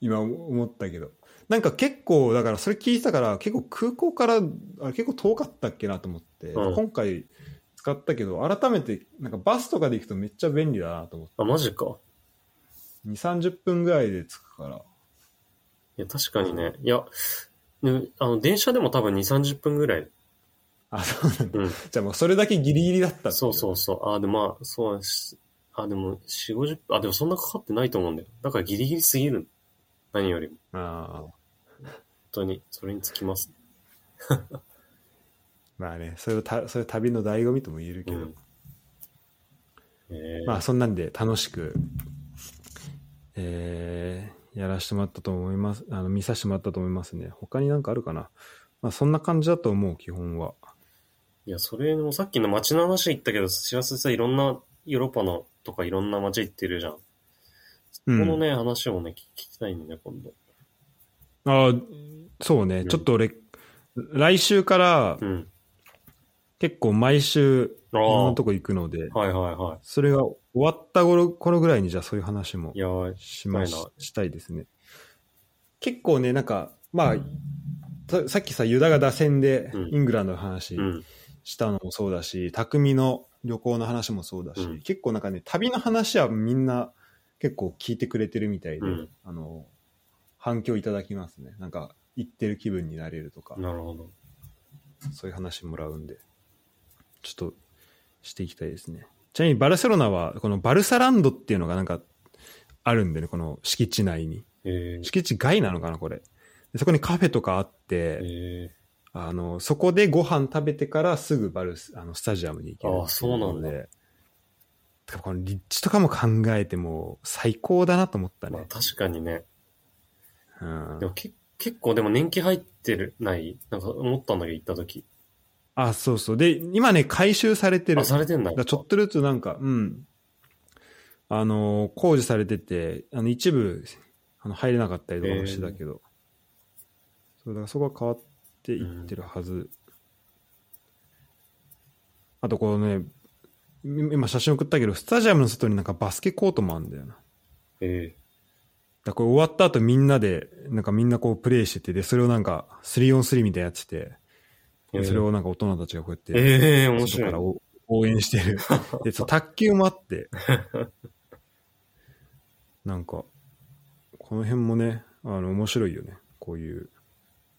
S1: 今思ったけど。なんか結構、だからそれ聞いてたから、結構空港から、あれ結構遠かったっけなと思って、
S2: うん
S1: 今回使ったけど、改めて、なんかバスとかで行くとめっちゃ便利だなと思って。
S2: あ、マジか。
S1: 2、30分ぐらいで着くから。
S2: いや、確かにね。いや、ねあの、電車でも多分2、30分ぐらい。
S1: あ、そうなんだ。
S2: うん
S1: じゃあもうそれだけギリギリだったってい
S2: そうそうそう。ああ、でもまあ、そうし、あでも、4、50分、あ、でもそんなかかってないと思うんだよ。だからギリギリすぎる。何よりも。
S1: ああ。
S2: 本当に、それにつきます。
S1: まあね、それをたそれ旅の醍醐味とも言えるけ
S2: う
S1: ど、
S2: ん。えー、
S1: まあそんなんで楽しく、えーやらしてもらったと思います。あの、見させてもらったと思いますね。他になんかあるかな。まあそんな感じだと思う、基本は。
S2: いや、それもさっきの街の話言ったけど、知らせさ、いろんなヨーロッパのとかいろんな街行ってるじゃん。こ
S1: うん
S2: のね、話をね、聞聞きたいんだよね、今度。
S1: ああ、そうね。
S2: ん
S1: ちょっと俺、来週から
S2: うん。
S1: 結構毎週、い
S2: ああ
S1: ろんなとこ行くので、
S2: はいはいは
S1: それが終わった頃頃ぐらいに、じゃあそういう話も
S2: い。いやー、
S1: しまし
S2: したい
S1: したいですね。結構ね、なんか、まあ、ささっきさ、ユダが打線で
S2: うん
S1: イングランドの話
S2: うん。
S1: したのもそうだし、匠の旅行の話もそうだし、
S2: うん
S1: 結構なんかね、旅の話はみんな結構聞いてくれてるみたいで、
S2: うん
S1: あの、反響いただきますね。なんか、行ってる気分になれるとか、
S2: なるほど。
S1: そういう話もらうんで、ちょっとしていきたいですね。ちなみにバルセロナは、このバルサランドっていうのがなんかあるんでね、この敷地内に。
S2: えー、
S1: 敷地外なのかな、これ。でそこにカフェとかあって、
S2: え
S1: あの、そこでご飯食べてからすぐバルス、あの、スタジアムに行けるってい
S2: あそうなんだ
S1: ので。てかこの立地とかも考えてもう最高だなと思った
S2: ー、まあ
S1: ね。
S2: 確かにね。
S1: うん
S2: でもけ結構でも年季入ってる、ないなんか思ったんだけど、行った時。
S1: あ、そうそう。で、今ね、回収されてる。
S2: あ、されてんだ
S1: だか。らちょっとずつなんか、うん。あの、工事されてて、あの、一部、あの、入れなかったりとかもしてたけど。そう、だからそこは変わっていってるはず。あと、このね、今今写真送ったけど、スタジアムの外になんかバスケコートもあるんだよな。だか
S2: え
S1: らこれ終わった後みんなで、なんかみんなこうプレイしてて、で、それをなんか 3on3 みたいなやってて、
S2: ー、え
S1: で
S2: ー、
S1: それをなんか大人たちがこうやって、
S2: えー、面
S1: 外
S2: 白
S1: か
S2: い
S1: ら。お応援して る。で、そう卓球もあって。なんか、この辺もね、あの、面白いよね。こういう、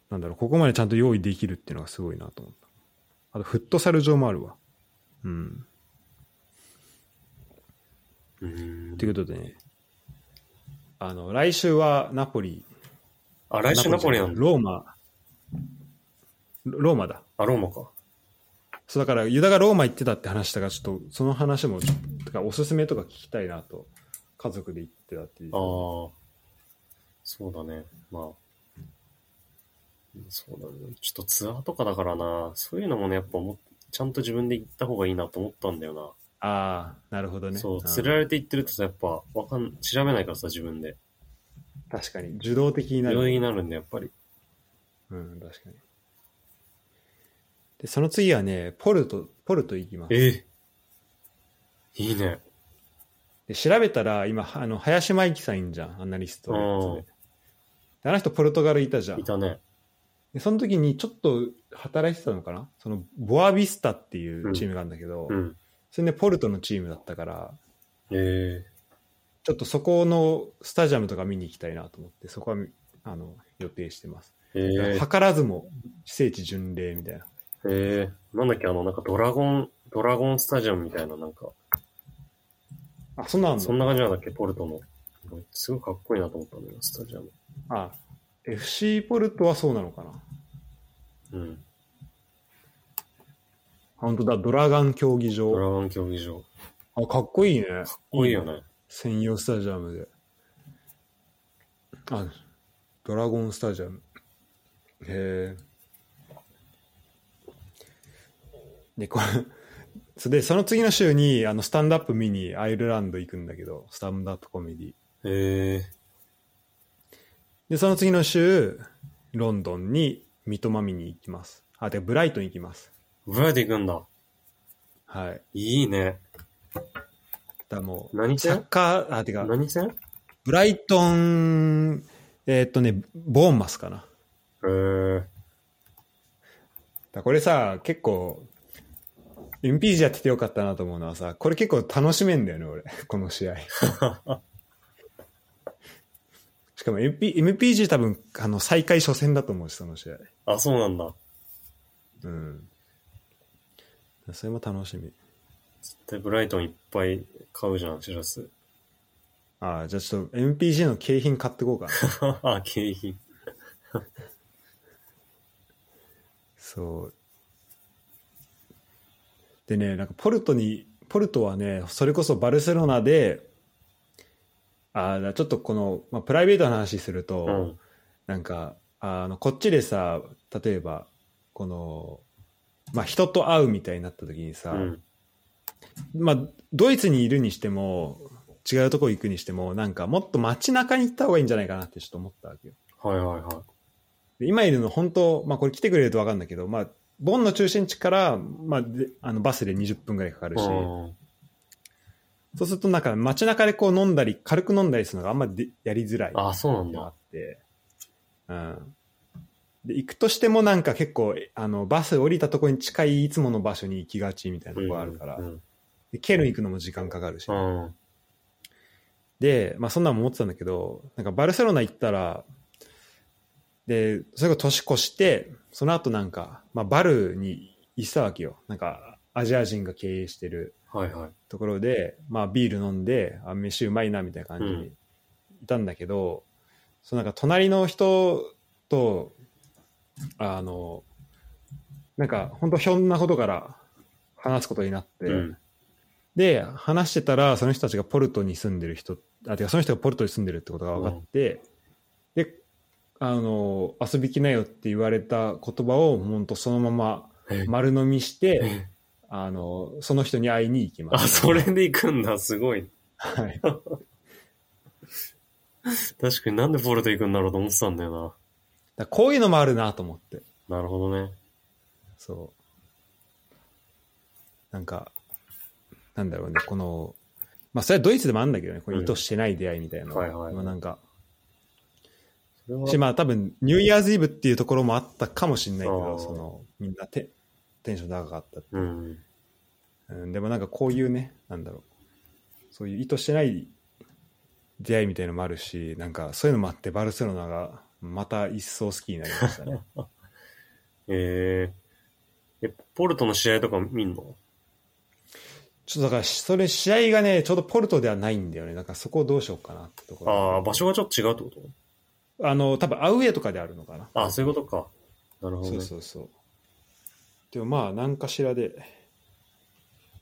S1: なんだろう、ここまでちゃんと用意できるっていうのがすごいなと思った。あと、フットサル場もあるわ。うん。
S2: うん
S1: ということでね、あの、来週はナポリ。
S2: あ、来週ナポリな
S1: ナ
S2: ん
S1: ポリじゃ
S2: だ。
S1: ないローマ。ロローマだ。
S2: あ、ローマか。
S1: そうだから、ユダがローマ行ってたって話したから、ちょっとその話も、とかおすすめとか聞きたいなと、家族で行ってたっていう。
S2: ああ、そうだね。まあ、そうだね。ちょっとツアーとかだからな、そういうのもね、やっぱもちゃんと自分で行った方がいいなと思ったんだよ
S1: ああ、なるほど
S2: な。
S1: ね。
S2: そう、
S1: ん
S2: 釣られて行ってるとさ、やっぱ、わかん、調べないからさ、自分で。
S1: 確かに、受動的にな
S2: 病
S1: る。
S2: 院になるんで、やっぱり。
S1: うん、確かに。で、その次はね、ポルト、ポルト行きます。
S2: ええいいね。
S1: で調べたら、今、あの、林真紀さんいんじゃん、アナリストのやつ
S2: うん
S1: で。であの人、ポルトガルいたじゃん
S2: い。たね。
S1: で、その時にちょっと働いてたのかなその、ボアビスタっていうチームがあるんだけど、
S2: うん。
S1: それね、ポルトのチームだったから、
S2: え
S1: ちょっとそこのスタジアムとか見に行きたいなと思って、そこはあの予定してます。
S2: えええ
S1: 図らずも聖地巡礼みたいな。
S2: ええなんだっけ、あの、なんかドラゴン、ドラゴンスタジアムみたいな、なんか、
S1: あ、そんなのあん
S2: そ
S1: の
S2: んな感じなんだっけ、ポルトの。すごいかっこいいなと思ったんだよな、スタジアム。
S1: あ、FC ポルトはそうなのかな。
S2: うん。
S1: 本当だ、ドラガン競技
S2: ドラ
S1: 場。
S2: ゴン競技場。か
S1: あ、かっこいいね。
S2: っこいいよね。
S1: 専用スタジアムで。あ、ドラゴンスタジアム。へえ。で、これ、そで、その次の週に、あの、スタンドアップ見にアイルランド行くんだけど、スタンドアップコメディ。
S2: へえ
S1: で、その次の週、ロンドンに三笘見に行きます。あ、てかブライトン行きます。
S2: ブライト行くんだ。
S1: はい。
S2: いいね。
S1: だからもう、
S2: 何
S1: サ
S2: 戦
S1: ッカー、あ、てか、
S2: 何戦へ
S1: ブライトン、えーっとね、ボーンマスかな。
S2: え
S1: だこれさ結構 MPG やって てよかったなと思うのはさこれ結構楽しめんだよね俺この試合しかも MP MPG 多分、あの、最下位初戦だと思うし、その試合。
S2: あ、そうなんだ。
S1: うん。それも楽しみ。
S2: 絶対ブライトンいっぱい買うじゃん、シラス。
S1: ああ、じゃあちょっと MPG の景品買ってこうかな。
S2: あ、景品。
S1: そう。でね、なんかポルトに、ポルトはね、それこそバルセロナで、あーちょっとこの、まあ、プライベートな話すると、
S2: うん。
S1: なんか、あの、こっちでさ、例えば、この、まあ、人と会うみたいになった時に
S2: う
S1: さ、
S2: ん。
S1: まあ、ドイツにいるにしても、違うとこ行くにしても、なんかもっと街中に行った方がいいんじゃないかなってちょっと思ったわけよ。
S2: はいはいは
S1: で今いるの本当、まあ、これ来てくれると分かるんだけど、まあ、ボンの中心地から、まあ、であのバスで20分ぐらいかかる
S2: い。
S1: し、
S2: うん。
S1: そうするとなんか街中でこう飲んだり、軽く飲んだりするのがあんまりでやりづらいって
S2: あ、そうないん
S1: うのがあ
S2: だ。
S1: って、うん。で、行くとしてもなんか結構、あの、バス降りたとこに近いいつもの場所に行きがちみたいなとこがあるから、
S2: うん。
S1: でケルン行くのも時間かかるし、
S2: うん。
S1: で、まあ、そんなのも思ってたんだけど、なんかバルセロナ行ったら、で、それが年越して、その後なんか、まあ、バルに行ってたわけよ。なんか、アジア人が経営してる
S2: はいはい。
S1: ところで、まあ、ビール飲んで、あ、飯うまいな、みたいな感じ
S2: うん
S1: にいたんだけど、そのなんか、隣の人と、あの、なんか、本当ひょんなことから話すことになって、
S2: うん。
S1: で、話してたら、その人たちがポルトに住んでる人、あ、てかその人がポルトに住んでるってことが分かって、で、あの、遊び来なよって言われた言葉を、ほんとそのまま
S2: え
S1: 丸飲みして、
S2: え
S1: あの、その人に会いに行きま
S2: あ、
S1: す。
S2: それで行くんだ。すごい。
S1: はい。
S2: 確かになんでポルト行くんだろうと思ってたんだよ
S1: だこういうのもあるなと思って、
S2: な。なるほどね。
S1: そう。なんか、なんだろうね、この、まあ、それはドイツでもあるんだけどね、これ意図してない出会いみたいなの
S2: うんはいはい
S1: まあなんか、
S2: それは
S1: し、まあ多分、ニューイヤーズイブっていうところもあったかもしれないけ
S2: あー
S1: ど、その、みんなテテンション高かったって。
S2: うん。
S1: うん、でもなんかこういうね、なんだろう。そういう意図してない出会いみたいのもあるし、なんかそういうのもあって、バルセロナがまた一層好きになりました ね。
S2: えー、え、ポルトの試合とか見んの
S1: ちょっとだから、それ試合がね、ちょうどポルトではないんだよね。なんかそこをどうしようかなってところ。
S2: ああ、場所がちょっと違うってこと
S1: あの、多分アウェーとかであるのかな。
S2: あそういうことか。なるほど、
S1: そ
S2: ね。
S1: うそうそう。でもまあ、何かしらで、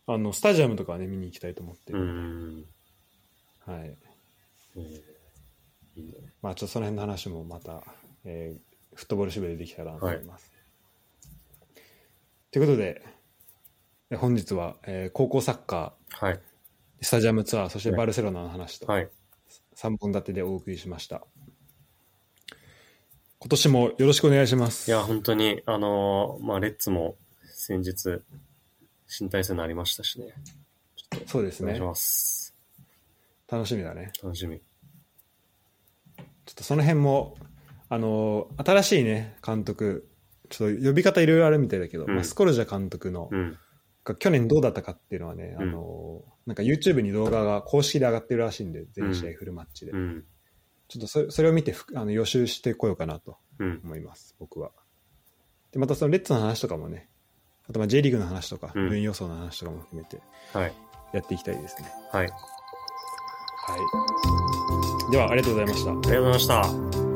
S1: あの、スタジアムとかはね、見に行きたいと思ってる。
S2: ん。
S1: はい。
S2: えーいいね
S1: まあ、ちょっとその辺の話もまた、えーフットボール渋谷でできたらなと思います。ということで、え本日は、えー高校サッカ
S2: はい。
S1: ー、スタジアムツアー、そしてバルセロナの話と、
S2: はい。
S1: 3本立てでお送りしました。今年もよろしくお願いします。
S2: いや、本当に、あのーまあ、レッツも先日、新体制になりましたしね。
S1: そうです
S2: お願い
S1: ね
S2: し。ます。
S1: 楽しみだね。
S2: 楽しみ。
S1: ちょっとその辺も、あのー新しいね、監督、ちょっと呼び方いろいろあるみたいだけど、
S2: うん
S1: まあ、スコルジャ監督の、
S2: うん。
S1: が去年どうだったかっていうのはね、
S2: うん
S1: あのなんか YouTube に動画が公式で上がってるらしいんで、全試合フルマッチで。
S2: うん。
S1: ちょっとそれそれを見てふあの予習してこようかなと
S2: うん。
S1: 思います、僕は。で、またそのレッツの話とかもね、あとまあ J リーグの話とか、
S2: うん
S1: 分予想の話とかも含めて
S2: はい。
S1: やっていきたいですね。
S2: はい。あり
S1: はい。では、ありがとうございました。
S2: がとうございました。